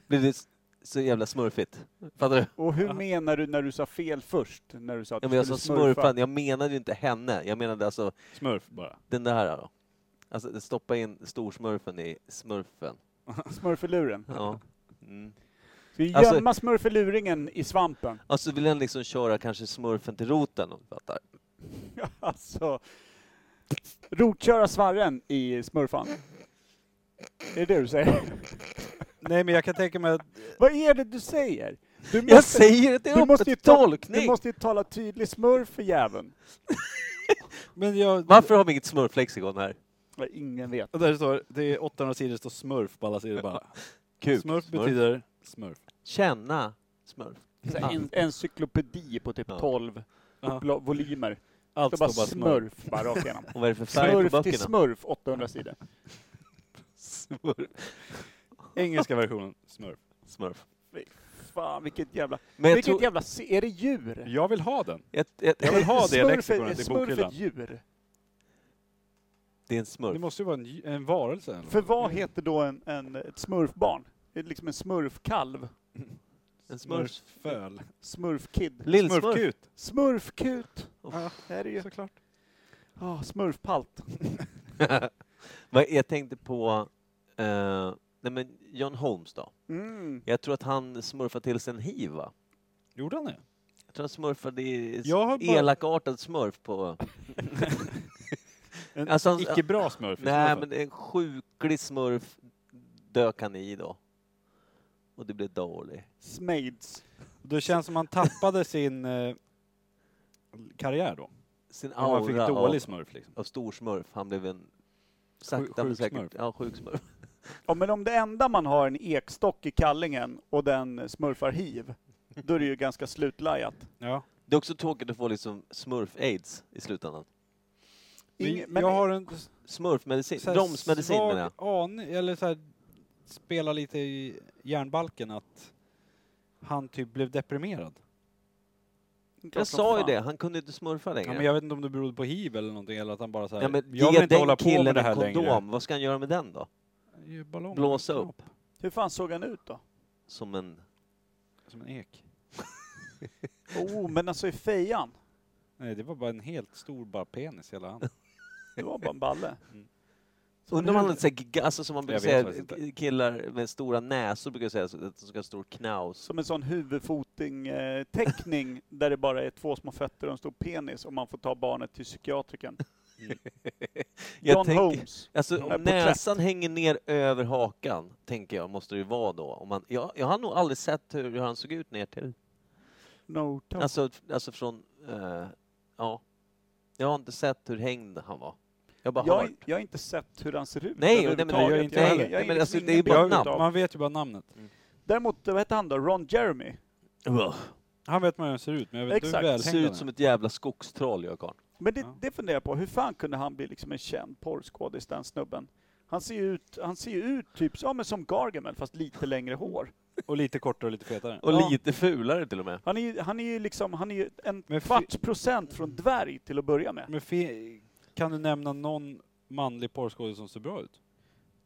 Speaker 2: blev det s- så jävla smurfigt. Fattar du?
Speaker 1: Och hur menar du när du sa fel först? När du sa att
Speaker 2: Ja,
Speaker 1: du
Speaker 2: men jag sa
Speaker 1: skulle
Speaker 2: smurfan, jag menade ju inte henne. Jag menade alltså
Speaker 4: Smurf bara.
Speaker 2: den där då. Alltså stoppa in storsmurfen i smurfen.
Speaker 1: smurfeluren.
Speaker 2: Ja. Mm.
Speaker 1: Ska vi gömma
Speaker 2: Alltså-
Speaker 1: smurfeluringen i svampen?
Speaker 2: Alltså vill den liksom köra kanske smurfen till roten om du fattar.
Speaker 1: Alltså, rotköra svarren i smurfan. Är det det du säger?
Speaker 4: Nej, men jag kan tänka mig att
Speaker 1: Vad är det du säger? Du
Speaker 2: Jag säger att det är
Speaker 1: måste ju
Speaker 2: öppet
Speaker 1: ta-
Speaker 2: tolkning!
Speaker 1: Du måste ju tala tydlig smurf för jäveln.
Speaker 4: Men jag...
Speaker 2: Varför har vi inget smurflexikon här?
Speaker 1: Nej, Ingen vet.
Speaker 4: Och där står, det är 800 sidor, det står smurf på alla sidor bara.
Speaker 2: Kuk.
Speaker 4: Smurf betyder smurf.
Speaker 2: Känna smurf.
Speaker 1: Så
Speaker 2: Ah.
Speaker 1: här, En encyklopedi på typ
Speaker 2: Ja.
Speaker 1: 12
Speaker 4: Ja.
Speaker 1: uppla- volymer.
Speaker 4: Allt
Speaker 1: Det bara smurf bara rakt igenom.
Speaker 2: Och vad är det för färg på
Speaker 1: Smurf till
Speaker 2: böckerna?
Speaker 1: smurf, 800 sidor.
Speaker 2: Smurf.
Speaker 4: Engelska versionen, smurf.
Speaker 2: smurf.
Speaker 1: Fan vilket jävla...
Speaker 2: Men jag
Speaker 1: vilket
Speaker 2: tror...
Speaker 1: jävla... se- Är det djur?
Speaker 4: Jag vill ha den.
Speaker 2: Jag, jag,
Speaker 4: Jag vill ha det
Speaker 1: Smurf är-
Speaker 4: lexikonet i
Speaker 1: Smurf är
Speaker 4: bokhyllan.
Speaker 1: ett djur.
Speaker 2: det är en
Speaker 4: Det
Speaker 2: smurf.
Speaker 4: måste ju vara en, dj- en varelse. eller?
Speaker 1: För vad heter då en, en, ett smurfbarn? Det är liksom en smurfkalv.
Speaker 2: En smurf.
Speaker 4: Smurfföl.
Speaker 1: Smurfkid.
Speaker 2: Lillsmurf.
Speaker 4: Smurfkut.
Speaker 1: Smurfkut!
Speaker 2: Uff.
Speaker 1: Ja, det är det ju.
Speaker 4: Såklart.
Speaker 1: Ah, smurfpalt.
Speaker 2: Vad- jag tänkte på... Eh, nej men John Holmes då.
Speaker 1: Mm.
Speaker 2: Jag tror att han smurfade till sig en hiv va?
Speaker 4: Gjorde han det?
Speaker 2: Jag tror han smurfade i
Speaker 4: Jag har bara-
Speaker 2: elakartad smurf på...
Speaker 4: En
Speaker 2: Alltså, han-
Speaker 4: icke bra smurf. i
Speaker 2: Nej,
Speaker 4: smurfen.
Speaker 2: men en sjuklig smurf dök han i då. Och det blev dålig.
Speaker 1: Smaids.
Speaker 4: Det känns som han tappade sin eh, karriär då.
Speaker 2: Sin
Speaker 4: Om han fick
Speaker 2: aura av,
Speaker 4: dålig smurf liksom.
Speaker 2: av storsmurf. Han blev en... Sakta
Speaker 4: Sjuk-
Speaker 2: men säkert...
Speaker 4: sjuksmurf.
Speaker 2: Ja, sjuksmurf.
Speaker 1: Ja men om det enda man har är en ekstock i kallingen och den smurfar hiv, då är det ju ganska slutlajat.
Speaker 4: Ja.
Speaker 2: Det är också tråkigt att få liksom smurf-aids i slutändan.
Speaker 1: Ingen-
Speaker 4: Men jag har en
Speaker 2: Smurfmedicin,
Speaker 4: så här
Speaker 2: bromsmedicin
Speaker 4: svag
Speaker 2: menar jag.
Speaker 4: aning, eller så här, spela lite i järnbalken att han typ blev deprimerad.
Speaker 2: Jag sa ju det, han kunde inte smurfa längre.
Speaker 4: Ja, men jag vet inte om det berodde på hiv eller någonting eller att han bara så här, jag
Speaker 2: ge
Speaker 4: vill inte
Speaker 2: den
Speaker 4: hålla på
Speaker 2: killen
Speaker 4: med det
Speaker 2: en
Speaker 4: här
Speaker 2: kondom,
Speaker 4: längre.
Speaker 2: vad ska han göra med den då?
Speaker 4: Ju ballong.
Speaker 2: Blåsa upp.
Speaker 1: Hur fan såg han ut då?
Speaker 2: Som en...
Speaker 4: Som en ek.
Speaker 1: Oh, men alltså i fejan.
Speaker 4: Nej, det var bara en helt stor bara penis i hela handen.
Speaker 1: Det var bara en balle.
Speaker 2: Undrar om han hade så här giga- alltså som man brukar
Speaker 4: Jag vet
Speaker 2: säga,
Speaker 4: faktiskt inte.
Speaker 2: killar med stora näsor brukar säga så- att de ska ha stor knaus.
Speaker 1: Som en sån huvudfoting-teckning eh, där det bara är två små fötter och en stor penis och man får ta barnet till psykiatrikern.
Speaker 2: Jag
Speaker 1: John
Speaker 2: tänker-
Speaker 1: Holmes.
Speaker 2: Alltså
Speaker 1: Här
Speaker 2: om
Speaker 1: på
Speaker 2: näsan hänger ner över hakan, tänker jag, måste det ju vara då. Om man, jag, jag har nog aldrig sett hur, hur han såg ut ner till.
Speaker 1: No toe.
Speaker 2: Alltså, alltså från... eh, ja. Jag har inte sett hur hängd han var. Jag bara
Speaker 1: jag,
Speaker 2: hört.
Speaker 1: jag har inte sett hur han ser ut
Speaker 2: Nej,
Speaker 1: överhuvudtaget.
Speaker 2: nej, men det
Speaker 4: gör inte jag
Speaker 1: jag,
Speaker 4: heller.
Speaker 1: jag, jag,
Speaker 2: Nej, men alltså,
Speaker 1: liksom
Speaker 2: det är ju
Speaker 1: ingen
Speaker 2: bara
Speaker 1: bild
Speaker 2: namn.
Speaker 1: av-
Speaker 4: Man vet ju bara namnet.
Speaker 1: Däremot, vad hette han då? Ron Jeremy?
Speaker 2: Ugh.
Speaker 4: Han vet man hur han ser ut, men jag vet inte hur
Speaker 1: Exakt.
Speaker 2: Ser
Speaker 4: välhängd
Speaker 2: ut
Speaker 4: han
Speaker 2: som
Speaker 4: är.
Speaker 2: ett jävla skogstroll, jag karln.
Speaker 1: Men det,
Speaker 4: Ja.
Speaker 1: det funderar jag på, hur fan kunde han bli liksom en känd porrskådis, den snubben? Han ser ju ut, han ser ju ut typ ja, men som Gargamel, fast lite längre hår.
Speaker 4: Och lite kortare och lite fetare.
Speaker 2: Och
Speaker 1: Ja.
Speaker 2: lite fulare till och med.
Speaker 1: Han är ju, han är ju, liksom, han är ju en
Speaker 4: Men fi-
Speaker 1: kvarts procent från dvärg till att börja med.
Speaker 4: Men fe- kan du nämna någon manlig porrskådis som ser bra ut?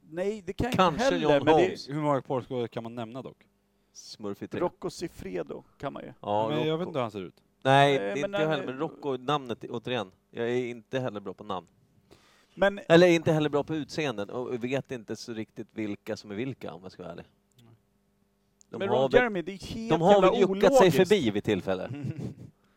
Speaker 1: Nej, det kan jag inte
Speaker 2: Kanske
Speaker 1: heller.
Speaker 2: John
Speaker 1: men det
Speaker 2: Holmes.
Speaker 4: Hur många porrskådisar kan man nämna dock?
Speaker 2: Smurfigt.
Speaker 1: är, Rocco Siffredo kan man ju.
Speaker 2: Ja,
Speaker 4: men jag
Speaker 2: Rocco.
Speaker 4: vet inte hur han ser ut.
Speaker 1: Nej,
Speaker 2: Nej, det är
Speaker 1: men
Speaker 2: inte jag
Speaker 1: han-
Speaker 2: heller. Men Rocco, namnet återigen. Jag är inte heller bra på namn.
Speaker 1: Men
Speaker 2: Eller inte heller bra på utseenden och vet inte så riktigt vilka som är vilka om jag ska vara ärlig. De
Speaker 1: men
Speaker 2: har
Speaker 1: Ron
Speaker 2: väl,
Speaker 1: Jeremy, det är helt
Speaker 2: de har väl
Speaker 1: jävla
Speaker 2: juckat sig
Speaker 1: ologiskt.
Speaker 2: förbi vid tillfälle.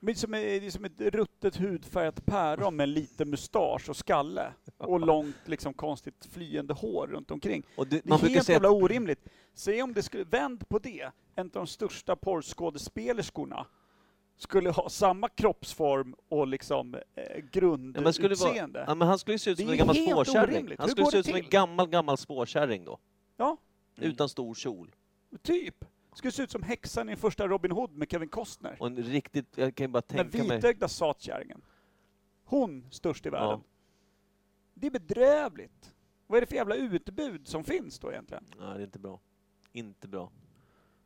Speaker 1: Men som är, det är som ett ruttet hudfärgat päron med lite mustasch och skalle och långt liksom konstigt flyende hår runt omkring.
Speaker 2: Och det,
Speaker 1: Det är
Speaker 2: man brukar
Speaker 1: helt
Speaker 2: säga
Speaker 1: jävla
Speaker 2: att
Speaker 1: orimligt. Säg om det skulle, vänd på det, en av de största porrskådespelerskorna skulle ha samma kroppsform och liksom eh,
Speaker 2: ja, men skulle vara,
Speaker 1: grundutseende.
Speaker 2: ja, men han skulle ju se ut som
Speaker 1: Det är
Speaker 2: en gammal
Speaker 1: helt
Speaker 2: spårkärring.
Speaker 1: orimligt.
Speaker 2: Han
Speaker 1: Hur
Speaker 2: skulle
Speaker 1: går
Speaker 2: se
Speaker 1: det
Speaker 2: ut som en
Speaker 1: till?
Speaker 2: gammal, gammal spårkärring då.
Speaker 1: Ja.
Speaker 4: Mm.
Speaker 2: Utan stor kjol.
Speaker 1: Typ. Skulle se ut som häxan i första Robin Hood med Kevin Costner.
Speaker 2: Och en riktigt, jag kan ju bara
Speaker 1: Den
Speaker 2: tänka mig.
Speaker 1: vitögda satkärringen. Hon störst i världen.
Speaker 2: Ja.
Speaker 1: Det är bedrövligt. Vad är det för jävla utbud som finns då egentligen?
Speaker 2: Nej, det är inte bra. Inte bra.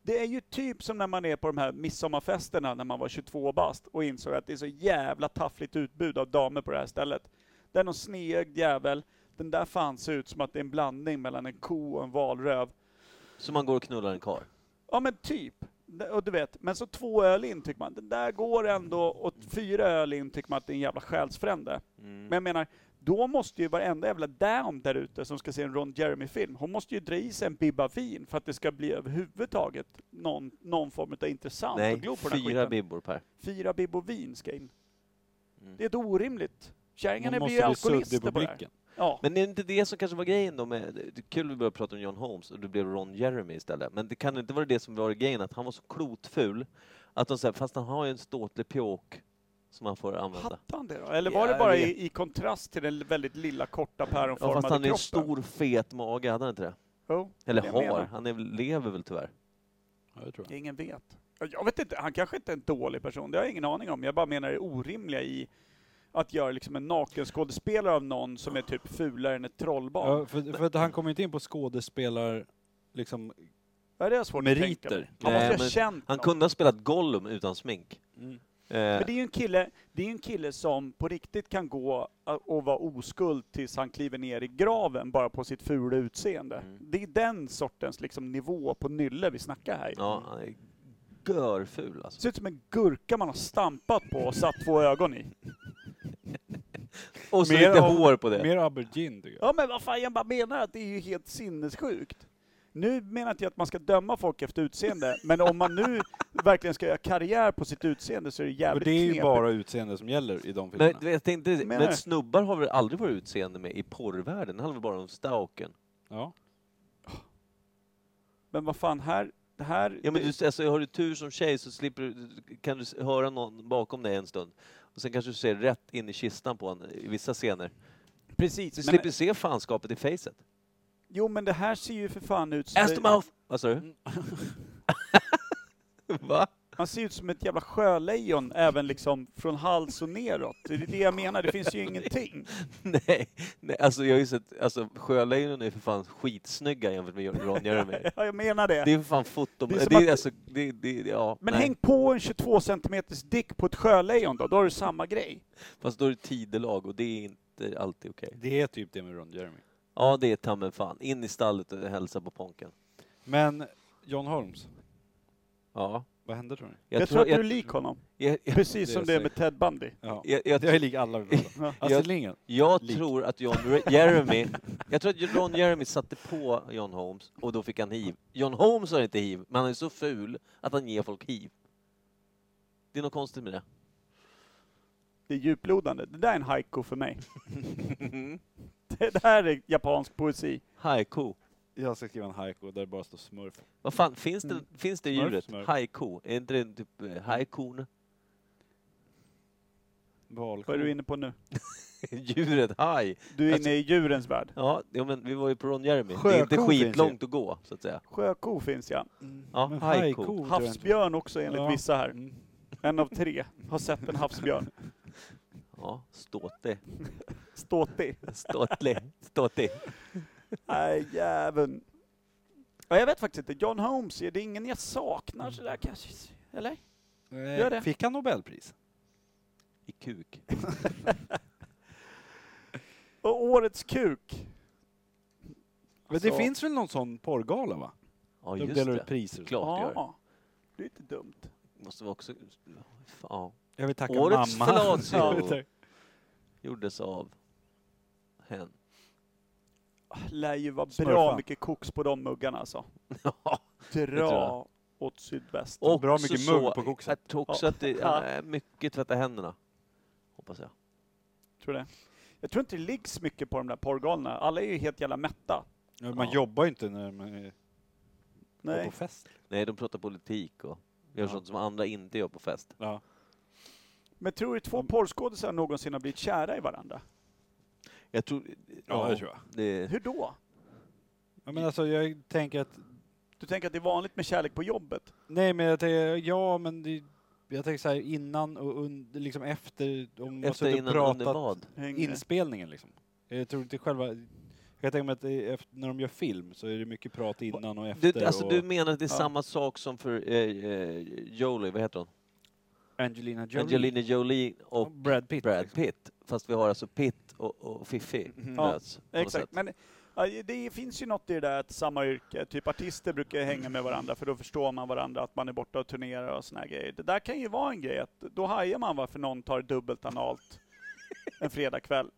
Speaker 1: Det är ju typ som när man är på de här midsommarfesterna när man var 22 bast och insåg att det är så jävla taffligt utbud av damer på det här stället. Det är någon snedögd jävel, den där fan ser ut som att det är en blandning mellan en ko och en valröv.
Speaker 2: Så man går och knullar en kar.
Speaker 1: Ja men typ. Det- Och du vet, men så två öl in tycker man, den där går ändå, och fyra öl in tycker man att det är en jävla själsfrände.
Speaker 2: Mm.
Speaker 1: Men jag menar, då måste ju varenda jävla dam där ute som ska se en Ron Jeremy-film, hon måste ju dra i sig en bibba vin för att det ska bli överhuvudtaget någon, någon form av intressant och
Speaker 2: Nej,
Speaker 1: glo på den här
Speaker 2: fyra
Speaker 1: skiten.
Speaker 2: bibbor per.
Speaker 1: fyra bibb och vin ska in.
Speaker 2: Mm.
Speaker 1: Det är ett orimligt. Kärringarna
Speaker 4: Man
Speaker 1: blir ju
Speaker 4: måste bli
Speaker 1: alkoholister
Speaker 4: suddig
Speaker 1: på,
Speaker 4: på
Speaker 1: det här.
Speaker 4: blicken.
Speaker 1: Ja.
Speaker 2: Men är det inte det som kanske var grejen då med... Det är kul att vi började prata om John Holmes och det blev Ron Jeremy istället. Men det kan inte vara det som var grejen, att han var så klotful att de säger, fast han har ju en ståtlig pjåk som han får använda.
Speaker 1: Hade han det då? Eller var det
Speaker 2: Ja,
Speaker 1: bara
Speaker 2: jag
Speaker 1: i, i kontrast till den väldigt lilla korta
Speaker 2: Ja,
Speaker 1: päronformade
Speaker 2: fast han är
Speaker 1: kroppen?
Speaker 2: en stor fet mage, hade han inte det?
Speaker 1: Jo,
Speaker 2: Eller
Speaker 1: det jag
Speaker 2: har,
Speaker 1: menar.
Speaker 2: han är, väl- lever väl tyvärr.
Speaker 4: Ja, det tror jag.
Speaker 1: Ingen vet. Jag vet inte, han kanske inte är en dålig person, det har jag ingen aning om. Jag bara menar det orimliga i att göra liksom en nakenskådespelare av någon som är typ fulare än ett trollbarn.
Speaker 4: Ja, för, för att han kommer inte in på skådespelar... Liksom...
Speaker 1: Ja, det är svårt att tänka mig.
Speaker 4: Meriter.
Speaker 1: Han
Speaker 2: Nej,
Speaker 1: måste ha
Speaker 2: men
Speaker 1: känt
Speaker 2: Han
Speaker 1: någon.
Speaker 2: kunde ha spelat Gollum utan smink.
Speaker 1: Mm.
Speaker 2: Eh,
Speaker 1: Men det är ju en kille, det är ju en kille som på riktigt kan gå och vara oskuld tills han kliver ner i graven bara på sitt fula utseende.
Speaker 2: Mm.
Speaker 1: Det är den sortens liksom nivå på nylle vi snackar här.
Speaker 2: Ja, han är görful alltså.
Speaker 1: Ser ut som en gurka man har stampat på och satt två ögon i.
Speaker 2: Och så
Speaker 4: Mer
Speaker 2: lite
Speaker 4: av-
Speaker 2: hår på det.
Speaker 4: Mer aubergine tycker jag.
Speaker 1: Ja men vad fan, jag bara menar att det är ju helt sinnessjukt. Nu menar inte jag att man ska döma folk efter utseende, men om man nu verkligen ska göra karriär på sitt utseende så är det
Speaker 4: För
Speaker 1: jävligt
Speaker 4: det är ju
Speaker 1: knepigt.
Speaker 4: bara utseende som gäller i de
Speaker 2: Men,
Speaker 4: filmerna.
Speaker 2: du vet, jag tänkte, men,
Speaker 1: menar jag.
Speaker 2: snubbar har väl aldrig varit utseende med i porrvärlden? Det handlar väl bara om stauken?
Speaker 4: Ja.
Speaker 1: Men vad fan, här... Det här
Speaker 2: Ja, men du, alltså, har du tur som tjej så slipper, du- kan du s- höra någon bakom dig en stund. Och sen kanske du ser rätt in i kistan på honom i vissa scener.
Speaker 1: precis.
Speaker 2: Så
Speaker 1: Men,
Speaker 2: du slipper se fanskapet i facet.
Speaker 1: Jo men det här ser ju för fan ut som...
Speaker 2: Ass to mouth! Vad sa
Speaker 1: Mm.
Speaker 2: du? Va?
Speaker 1: Man ser ut som ett jävla sjölejon även liksom från hals och neråt. Det är det jag menar, det finns ju ingenting.
Speaker 2: Nej, nej, alltså jag har ju sett, alltså sjölejonen är ju för fan skitsnygga jämfört med Ron Jeremy.
Speaker 1: Ja, jag menar det.
Speaker 2: Det är för fan foto,
Speaker 1: Det är
Speaker 2: det är,
Speaker 1: som att-
Speaker 2: alltså, det, det, ja.
Speaker 1: men
Speaker 2: nej.
Speaker 1: häng på en 22 cm dick på ett sjölejon då, då har du samma grej.
Speaker 2: Fast då är det tidelag och det är inte alltid okej.
Speaker 4: Det är typ det med Ron Jeremy.
Speaker 2: Ja, det är ta mig fan. In i stallet och hälsa på ponken.
Speaker 4: Men John Holmes,
Speaker 2: Ja.
Speaker 4: vad hände tror ni?
Speaker 1: Jag, tror att du är lik honom.
Speaker 2: jag, jag,
Speaker 1: Precis
Speaker 4: det
Speaker 1: som
Speaker 4: är
Speaker 1: det är
Speaker 4: säkert.
Speaker 1: med Ted Bundy.
Speaker 4: Ja.
Speaker 2: jag, jag,
Speaker 4: Jag är lik alla vi pratar om.
Speaker 1: Ja.
Speaker 4: Astrid Lindgren.
Speaker 2: jag
Speaker 4: lik.
Speaker 2: tror att John Re- Jeremy... Jag tror att Ron Jeremy satte på John Holmes och då fick han hiv. John Holmes har inte hiv, men han är så ful att han ger folk hiv. Det är något konstigt med det.
Speaker 1: Det är djuplodande. Det där är en haiku för mig. det där är japansk poesi.
Speaker 2: Haiku.
Speaker 4: Jag ska skriva en haiku där det bara står smurf.
Speaker 2: Vad fan, finns det, finns det
Speaker 4: Mm. Smurf,
Speaker 2: djuret?
Speaker 4: smurf.
Speaker 2: Haiku. Är inte det typ eh, haikun?
Speaker 4: Valko.
Speaker 1: Vad är du inne på nu?
Speaker 2: djuret haj.
Speaker 1: Du är
Speaker 2: Alltså-
Speaker 1: inne i djurens värld.
Speaker 2: Ja, ja, men vi var ju på Ron Jeremy. det är inte
Speaker 4: Sjöko finns ju.
Speaker 2: skitlångt att gå, så att säga.
Speaker 1: Sjöko finns
Speaker 2: Oh,
Speaker 1: ja.
Speaker 2: Ja,
Speaker 4: Men
Speaker 2: haiku.
Speaker 4: haiku,
Speaker 1: Havsbjörn också enligt
Speaker 4: Ja.
Speaker 1: vissa här.
Speaker 4: Mm.
Speaker 1: En av tre har sett en havsbjörn.
Speaker 2: Ja, ståtig.
Speaker 1: Ståtig.
Speaker 2: Ståtlig. Ståtlig.
Speaker 1: Nej, jäveln. Ja, jag vet faktiskt inte. John Holmes, är det ingen jag saknar sådär kanske? Eller?
Speaker 4: Nej.
Speaker 1: Gör det.
Speaker 4: Mm. Eh, Fick han Nobelpris?
Speaker 2: I kuk.
Speaker 1: Och Årets kuk.
Speaker 4: Men det
Speaker 1: Alltså-
Speaker 4: finns väl någon sån porrgala va?
Speaker 2: Ja,
Speaker 4: De
Speaker 2: just
Speaker 4: delar
Speaker 2: det.
Speaker 4: ut priser. och så.
Speaker 2: Klart det gör.
Speaker 1: Ja. Det är inte dumt.
Speaker 2: Måste vara också... Ja.
Speaker 4: Jag vill tacka
Speaker 2: Årets
Speaker 4: mamma.
Speaker 2: fellatio.
Speaker 4: Jag vill tacka-
Speaker 2: gjordes av hen.
Speaker 1: Ah, Lär ju vara bra
Speaker 4: Smurfa.
Speaker 1: mycket koks på de muggarna alltså.
Speaker 2: Ja, tror jag.
Speaker 1: Dra åt sydväst.
Speaker 2: och
Speaker 4: Bra mycket
Speaker 2: så-
Speaker 4: mugg på koksen.
Speaker 2: Jag tror också
Speaker 1: Ja.
Speaker 2: att det är mycket tvätta händerna. Hoppas jag.
Speaker 1: Tror det. Jag tror inte det ligger så mycket på de där porrgalna. Alla är ju helt jävla mätta.
Speaker 4: Ja, man
Speaker 2: Ja.
Speaker 4: jobbar ju inte när man är på
Speaker 1: Nej.
Speaker 4: fest.
Speaker 2: Nej, de pratar politik och gör
Speaker 4: Ja.
Speaker 2: sånt som andra inte gör på fest.
Speaker 4: Ja.
Speaker 1: Men tror du två porrskådisar någonsin har blivit kära i varandra?
Speaker 2: Jag tror...
Speaker 4: Ja, det tror jag.
Speaker 2: Det,
Speaker 1: Hur då?
Speaker 4: Ja, men alltså, jag tänker att,
Speaker 1: Du tänker att det är vanligt med kärlek på jobbet?
Speaker 4: nej men jag tänker, ja men det, jag tänker så här innan och und, liksom efter, om man har
Speaker 2: efter
Speaker 4: suttit och
Speaker 2: innan under
Speaker 4: pratat
Speaker 2: vad?
Speaker 1: Hänger.
Speaker 4: inspelningen liksom. Jag tror inte själva, jag kan tänka mig att det är efter, när de gör film så är det mycket prat innan och efter
Speaker 2: Du, alltså,
Speaker 4: och
Speaker 2: du menar att det är
Speaker 1: Ja.
Speaker 2: samma sak som för eh, eh, Jolie, vad heter hon?
Speaker 4: Angelina Jolie
Speaker 2: Angelina Jolie
Speaker 4: och
Speaker 2: och
Speaker 4: Brad Pitt.
Speaker 2: Brad
Speaker 4: liksom.
Speaker 2: Pitt. Fast vi har alltså Pitt och, och Fifi.
Speaker 1: Ja,
Speaker 2: möts på något
Speaker 1: Exakt,
Speaker 2: sätt.
Speaker 1: men ja, det finns ju något i det där att samma yrke, typ artister brukar hänga med varandra för då förstår man varandra att man är borta och turnerar och såna här grejer. Det där kan ju vara en grej att då hajar man varför någon tar dubbelt analt en fredagkväll.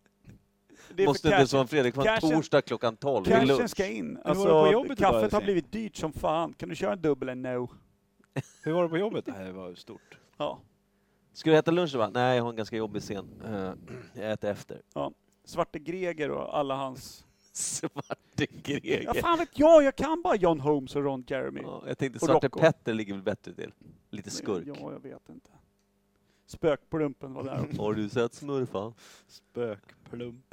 Speaker 1: Det är för
Speaker 2: Måste inte ens
Speaker 1: cashen,
Speaker 2: vara en fredag kväll,
Speaker 1: cashen-
Speaker 2: torsdag klockan 12. Det är
Speaker 1: cashen
Speaker 2: lunch.
Speaker 1: ska in.
Speaker 4: var det på
Speaker 1: Alltså,
Speaker 4: jobbet idag,
Speaker 1: kaffet har
Speaker 4: Hussein?
Speaker 1: blivit dyrt som fan. Kan du köra en dubbel eller no?
Speaker 4: Hur var det på jobbet? Nej, det var stort.
Speaker 1: Ja.
Speaker 2: Ska du äta lunch? då, va? Nej, jag har en ganska jobbig scen. Eh, jag äter efter.
Speaker 1: Svarte Greger och alla hans...
Speaker 2: Svarte
Speaker 1: Ja,
Speaker 2: Greger.
Speaker 1: fan vet jag, jag kan bara John Holmes och Ron Jeremy.
Speaker 2: Ja, jag tänkte
Speaker 1: Och
Speaker 2: Svarte
Speaker 1: Rocco.
Speaker 2: Petter ligger väl bättre till. Lite skurk.
Speaker 1: Ja, jag vet inte. Spökplumpen var där också.
Speaker 2: Har du sett Smurfan?
Speaker 4: Spökplump.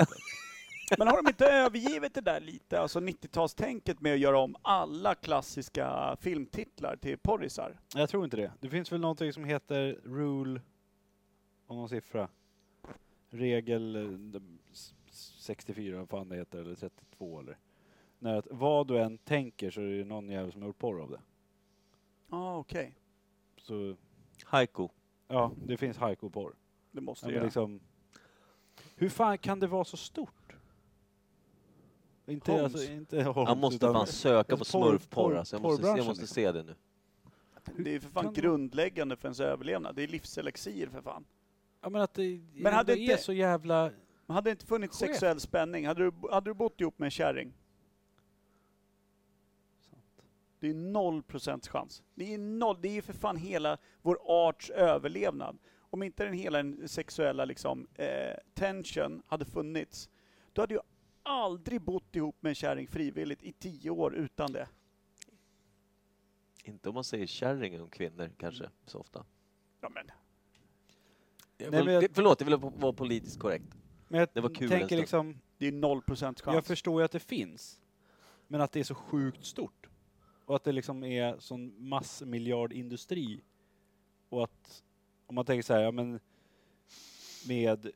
Speaker 1: Men har de inte övergivit det där lite, alltså 90-talstänket med att göra om alla klassiska filmtitlar till porrisar?
Speaker 4: Jag tror inte det. Det finns väl någonting som heter rule och någon siffra. Regel eh, de- s- 64, vad fan det heter, eller 32 eller. När att vad du än tänker så är det någon jävel som har gjort porr av det.
Speaker 1: Ja, okej.
Speaker 4: Så
Speaker 2: Haiku.
Speaker 4: ja, det finns haiku-porr.
Speaker 1: Det måste
Speaker 4: Ja,
Speaker 1: ju
Speaker 4: men liksom, hur fan kan det vara så stort? Inte,
Speaker 1: Holmes.
Speaker 4: alltså, inte Holmes.
Speaker 2: Jag måste
Speaker 4: utan-
Speaker 2: fan söka på
Speaker 4: alltså, porr-
Speaker 2: smurfporr
Speaker 4: porr-
Speaker 2: alltså. Jag måste, se, jag
Speaker 4: porrbranschen,
Speaker 2: måste
Speaker 4: liksom.
Speaker 2: se det nu.
Speaker 1: Det är ju för
Speaker 4: Kan
Speaker 1: fan
Speaker 4: det-
Speaker 1: grundläggande för ens överlevnad. Det är livselixir för fan.
Speaker 4: Ja, men att det
Speaker 1: Men hade
Speaker 4: ändå är
Speaker 1: inte-
Speaker 4: så jävla...
Speaker 1: Men hade det inte funnits
Speaker 4: Chef.
Speaker 1: sexuell spänning, hade du, hade du bott ihop med en kärring? Det är noll procents chans. Det är noll, det är ju för fan hela vår arts överlevnad. Om inte den hela den sexuella liksom, eh, tension hade funnits, då hade jag aldrig bott ihop med en kärring frivilligt i tio år utan det.
Speaker 2: Inte om man säger kärring om kvinnor kanske så ofta.
Speaker 1: Ja, men.
Speaker 2: Jag
Speaker 4: Nej,
Speaker 2: vill,
Speaker 4: men jag-
Speaker 2: det- Förlåt, jag ville p- vara politiskt korrekt.
Speaker 4: Men jag
Speaker 2: Det var kul en
Speaker 4: tänker
Speaker 2: stund.
Speaker 4: liksom,
Speaker 1: Det är noll procents chans.
Speaker 4: jag förstår ju att det finns. Men att det är så sjukt stort. Och att det liksom är sån massmiljardindustri. Och att, om man tänker så här, ja men med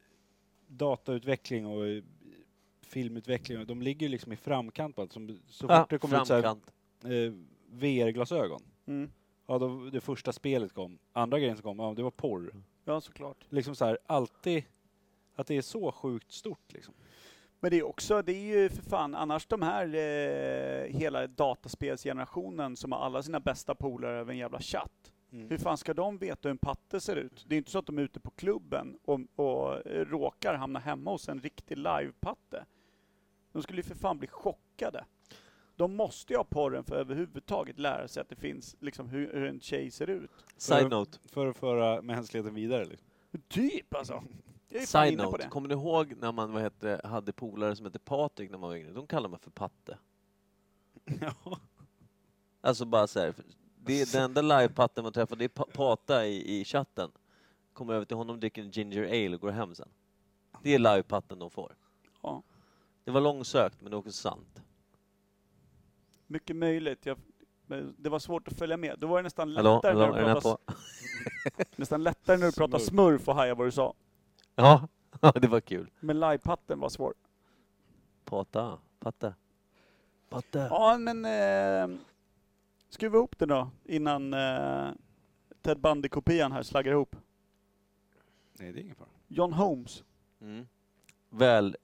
Speaker 4: datautveckling och eh, filmutveckling, och de ligger ju liksom i framkant på allt. Som, så fort det kommer ut så här,
Speaker 2: framkant.
Speaker 4: eh, VR-glasögon.
Speaker 1: Mm.
Speaker 4: Ja, då, det första spelet kom. Andra grejen som kom, ja, det var porr.
Speaker 1: Ja, såklart.
Speaker 4: Liksom så här, alltid att det är så sjukt stort liksom.
Speaker 1: Men det är också, det är ju för fan, annars de här, eh, hela dataspelsgenerationen som har alla sina bästa polare över en jävla chatt. Hur fan ska de veta hur en patte ser ut? Det är inte så att de är ute på klubben och, och eh, råkar hamna hemma hos en riktig livepatte. De skulle ju för fan bli chockade. De måste ju ha porren för att överhuvudtaget lära sig att det finns, liksom hur, hur en tjej ser ut.
Speaker 2: Side note.
Speaker 4: För att föra mänskligheten vidare liksom.
Speaker 1: Typ alltså! Jag är fan
Speaker 2: Side
Speaker 1: inne på
Speaker 2: note.
Speaker 1: det.
Speaker 2: Kommer du ihåg när man vad heter, det, hade polare som hette Patrik när man var yngre? De kallade man för Patte.
Speaker 4: ja.
Speaker 2: Alltså bara så här. för- Det är den enda livepatten man träffar, det är pa- Pata i, i chatten. Kommer över till honom, dricker en ginger ale och går hem sen. Det är livepatten de får.
Speaker 1: Ja.
Speaker 2: Det var långsökt, men det är också sant.
Speaker 1: Mycket möjligt. Jag, men det var svårt att följa med. Då var det nästan
Speaker 2: Hallå,
Speaker 1: lättare
Speaker 2: hallå, är
Speaker 1: när
Speaker 2: den
Speaker 1: du
Speaker 2: här
Speaker 1: pratade
Speaker 2: på?
Speaker 1: Nästan lättare när du pratar smurf och hajar vad du sa.
Speaker 2: Ja, det var kul.
Speaker 1: Men livepatten var svår.
Speaker 2: Pata, Patte. Patte.
Speaker 1: Ja, men... Eh, skruva ihop det då innan eh, Ted Bundy-kopian här slaggar ihop.
Speaker 4: Nej, det är ingen fara.
Speaker 1: John Holmes.
Speaker 2: Mm. Väl,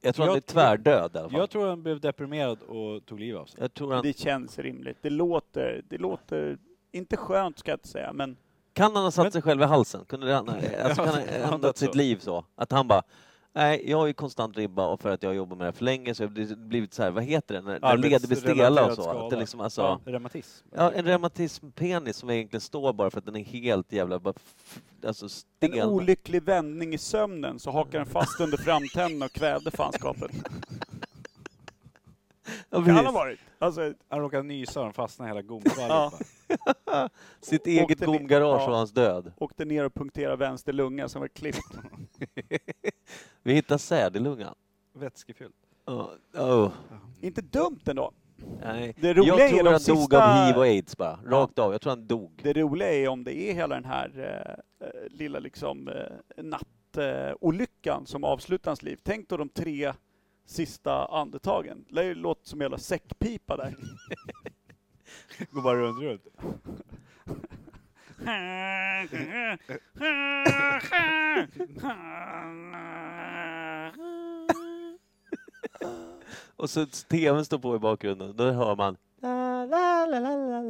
Speaker 2: jag tror han är
Speaker 4: Jag-
Speaker 2: tvärdöd i alla fall.
Speaker 4: Jag tror han blev deprimerad och tog livet av sig.
Speaker 2: Jag tror han...
Speaker 1: Det känns rimligt. Det låter... Det låter... Inte skönt ska jag inte säga, men...
Speaker 2: Kan han ha satt
Speaker 4: Men-
Speaker 2: sig själv i halsen? Kunde det, han- alltså, kan han
Speaker 4: Ja,
Speaker 2: ändrat
Speaker 4: så.
Speaker 2: sitt liv så? Att han bara, Nej, jag har ju konstant ribba och för att jag jobbar med det här för länge så har det blivit så här, vad heter det, när, när leder blir stela och
Speaker 3: Arbetsrelaterad
Speaker 2: så. Att det
Speaker 3: skada.
Speaker 2: liksom, alltså,
Speaker 3: Ja, reumatism.
Speaker 2: Ja, en reumatismpenis som egentligen står bara för att den är helt jävla bara f- alltså stel.
Speaker 1: En olycklig vändning i sömnen så hakar den fast under framtänden och kvävde fanskapet.
Speaker 2: Ja,
Speaker 1: Kan ha
Speaker 2: precis.
Speaker 1: varit. Alltså,
Speaker 3: Han råkade nysa och den fastnade hela gomsvallet.
Speaker 1: Ja.
Speaker 3: bara.
Speaker 2: Sitt
Speaker 1: åkte
Speaker 2: eget
Speaker 1: ner-
Speaker 2: gomgarage
Speaker 1: ja.
Speaker 2: och hans död.
Speaker 1: åkte ner och punkterade vänster lunga som var klippt.
Speaker 2: Vi hittar sädelungan.
Speaker 3: Vätskefylld.
Speaker 2: Oh, oh.
Speaker 1: Inte dumt ändå.
Speaker 2: Nej.
Speaker 1: Det roliga
Speaker 2: Jag
Speaker 1: är
Speaker 2: tror
Speaker 1: de
Speaker 2: han dog
Speaker 1: sista-
Speaker 2: av hiv och aids bara, rakt av. Jag tror han dog.
Speaker 1: Det roliga är om det är hela den här eh, eh, lilla liksom eh, nattolyckan eh, olyckan som avslutar hans liv. Tänk då de tre sista andetagen. Det lär ju låta som en jävla säckpipa där.
Speaker 3: Går bara runt, runt.
Speaker 2: Och så tvn står på i bakgrunden, då hör man La, la, la, la, la,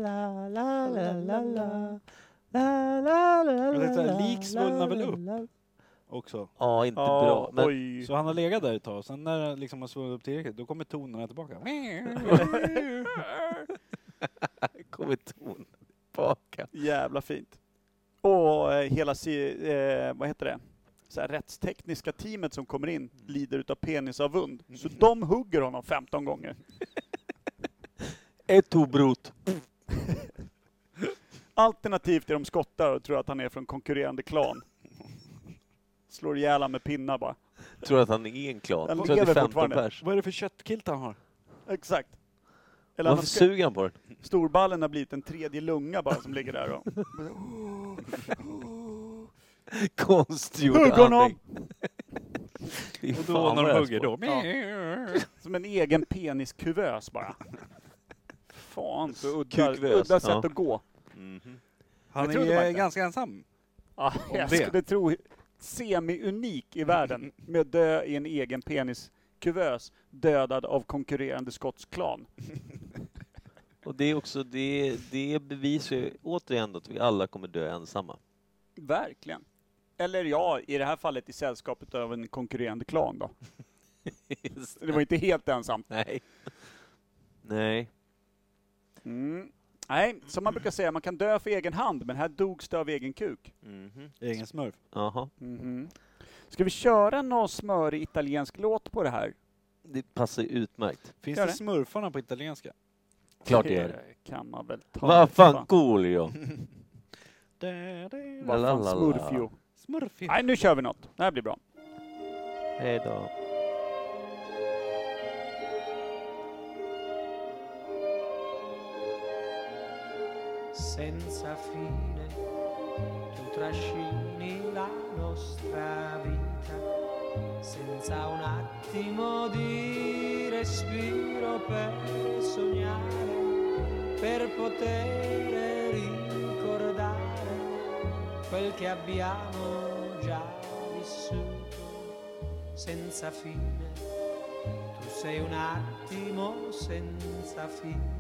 Speaker 2: la, la, la, la, la. La, la, la, la,
Speaker 3: Men det är så här,
Speaker 2: la,
Speaker 3: lik svullnar väl
Speaker 2: la,
Speaker 3: upp?
Speaker 2: la.
Speaker 3: Också.
Speaker 2: Ja, inte
Speaker 1: Ja,
Speaker 2: bra. Men
Speaker 1: oj.
Speaker 3: Så han har legat där ett tag, sen när han liksom har svunnit upp tillräckligt, då kommer tonerna tillbaka.
Speaker 2: kommer tonen tillbaka.
Speaker 1: Jävla fint. Och eh, hela, si- eh, vad heter det, så här, rättstekniska teamet som kommer in lider utav penisavund. Så de hugger honom 15 gånger.
Speaker 2: Ett tobrot.
Speaker 1: Alternativt är de skottar och tror att han är från konkurrerande klan. Slår ihjäl han med pinnar bara.
Speaker 2: Tror att han är en klan.
Speaker 1: Han
Speaker 2: Tror att det
Speaker 1: lever
Speaker 2: är 15
Speaker 1: fortfarande.
Speaker 2: pers.
Speaker 3: Vad är det för köttkilt han har?
Speaker 1: Exakt. Eller han
Speaker 2: Varför
Speaker 1: har ska,
Speaker 2: suger han på den?
Speaker 1: storballen har blivit en tredje lunga bara som ligger där och...
Speaker 2: Konstgjord
Speaker 1: Hugg honom!
Speaker 2: Fy
Speaker 3: Och
Speaker 2: fan
Speaker 3: då
Speaker 2: vad
Speaker 3: när
Speaker 2: det
Speaker 3: de
Speaker 2: här
Speaker 3: hugger
Speaker 2: smakar.
Speaker 3: då.
Speaker 1: Ja. Som en egen peniskuvös bara. Fan så udda,
Speaker 2: Kukvös,
Speaker 1: udda sätt
Speaker 2: ja.
Speaker 1: att gå.
Speaker 2: Mm-hmm.
Speaker 3: Han
Speaker 1: Jag trodde man
Speaker 3: är
Speaker 1: inte.
Speaker 3: ganska ensam.
Speaker 1: Ja,
Speaker 3: Om
Speaker 1: jag
Speaker 3: det.
Speaker 1: skulle tro semi-unik i världen med att dö i en egen peniskuvös dödad av konkurrerande skottsklan.
Speaker 2: Och det är också, det, det bevisar ju återigen att vi alla kommer dö ensamma.
Speaker 1: Verkligen. Eller ja, i det här fallet i sällskapet av en konkurrerande klan då. Det var inte helt ensamt.
Speaker 2: Nej. Nej.
Speaker 1: Mm. Nej, som man brukar säga, man kan dö för egen hand, men här dogs det av egen kuk.
Speaker 2: Mhm.
Speaker 3: Egen smurf.
Speaker 2: Jaha. Mm-hmm.
Speaker 1: Ska vi köra någon smörig italiensk låt på det här?
Speaker 2: Det passar ju utmärkt.
Speaker 3: Finns
Speaker 1: Gör
Speaker 3: det
Speaker 1: det.
Speaker 3: smurfarna på italienska?
Speaker 2: Klart det gör det.
Speaker 1: kan man väl ta.
Speaker 2: Vad fan
Speaker 1: Fan.
Speaker 2: Coolio!
Speaker 1: Vad fan,
Speaker 2: Lalalala.
Speaker 1: smurfio.
Speaker 3: Smurfig.
Speaker 1: Nej, nu kör vi något. Det här blir bra.
Speaker 2: Hej då.
Speaker 7: senza fine tu trascini la nostra vita senza un attimo di respiro per sognare per poter ricordare quel che abbiamo già vissuto senza fine tu sei un attimo senza fine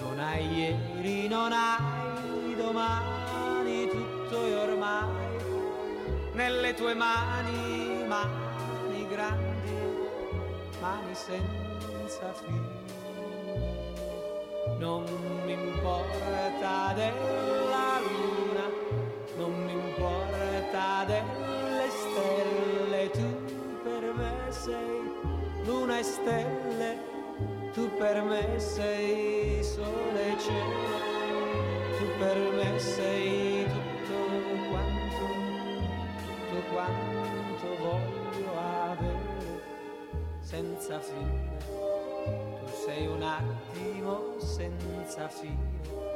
Speaker 7: non hai ieri, non hai domani, tutto è ormai nelle tue mani, mani grandi, mani senza fine. Non mi importa della luna, non mi importa delle stelle, tu per me sei luna e stelle tu per me sei sole e cielo, tu per me sei tutto quanto, tutto quanto voglio avere senza fine. Tu sei un attimo senza fine,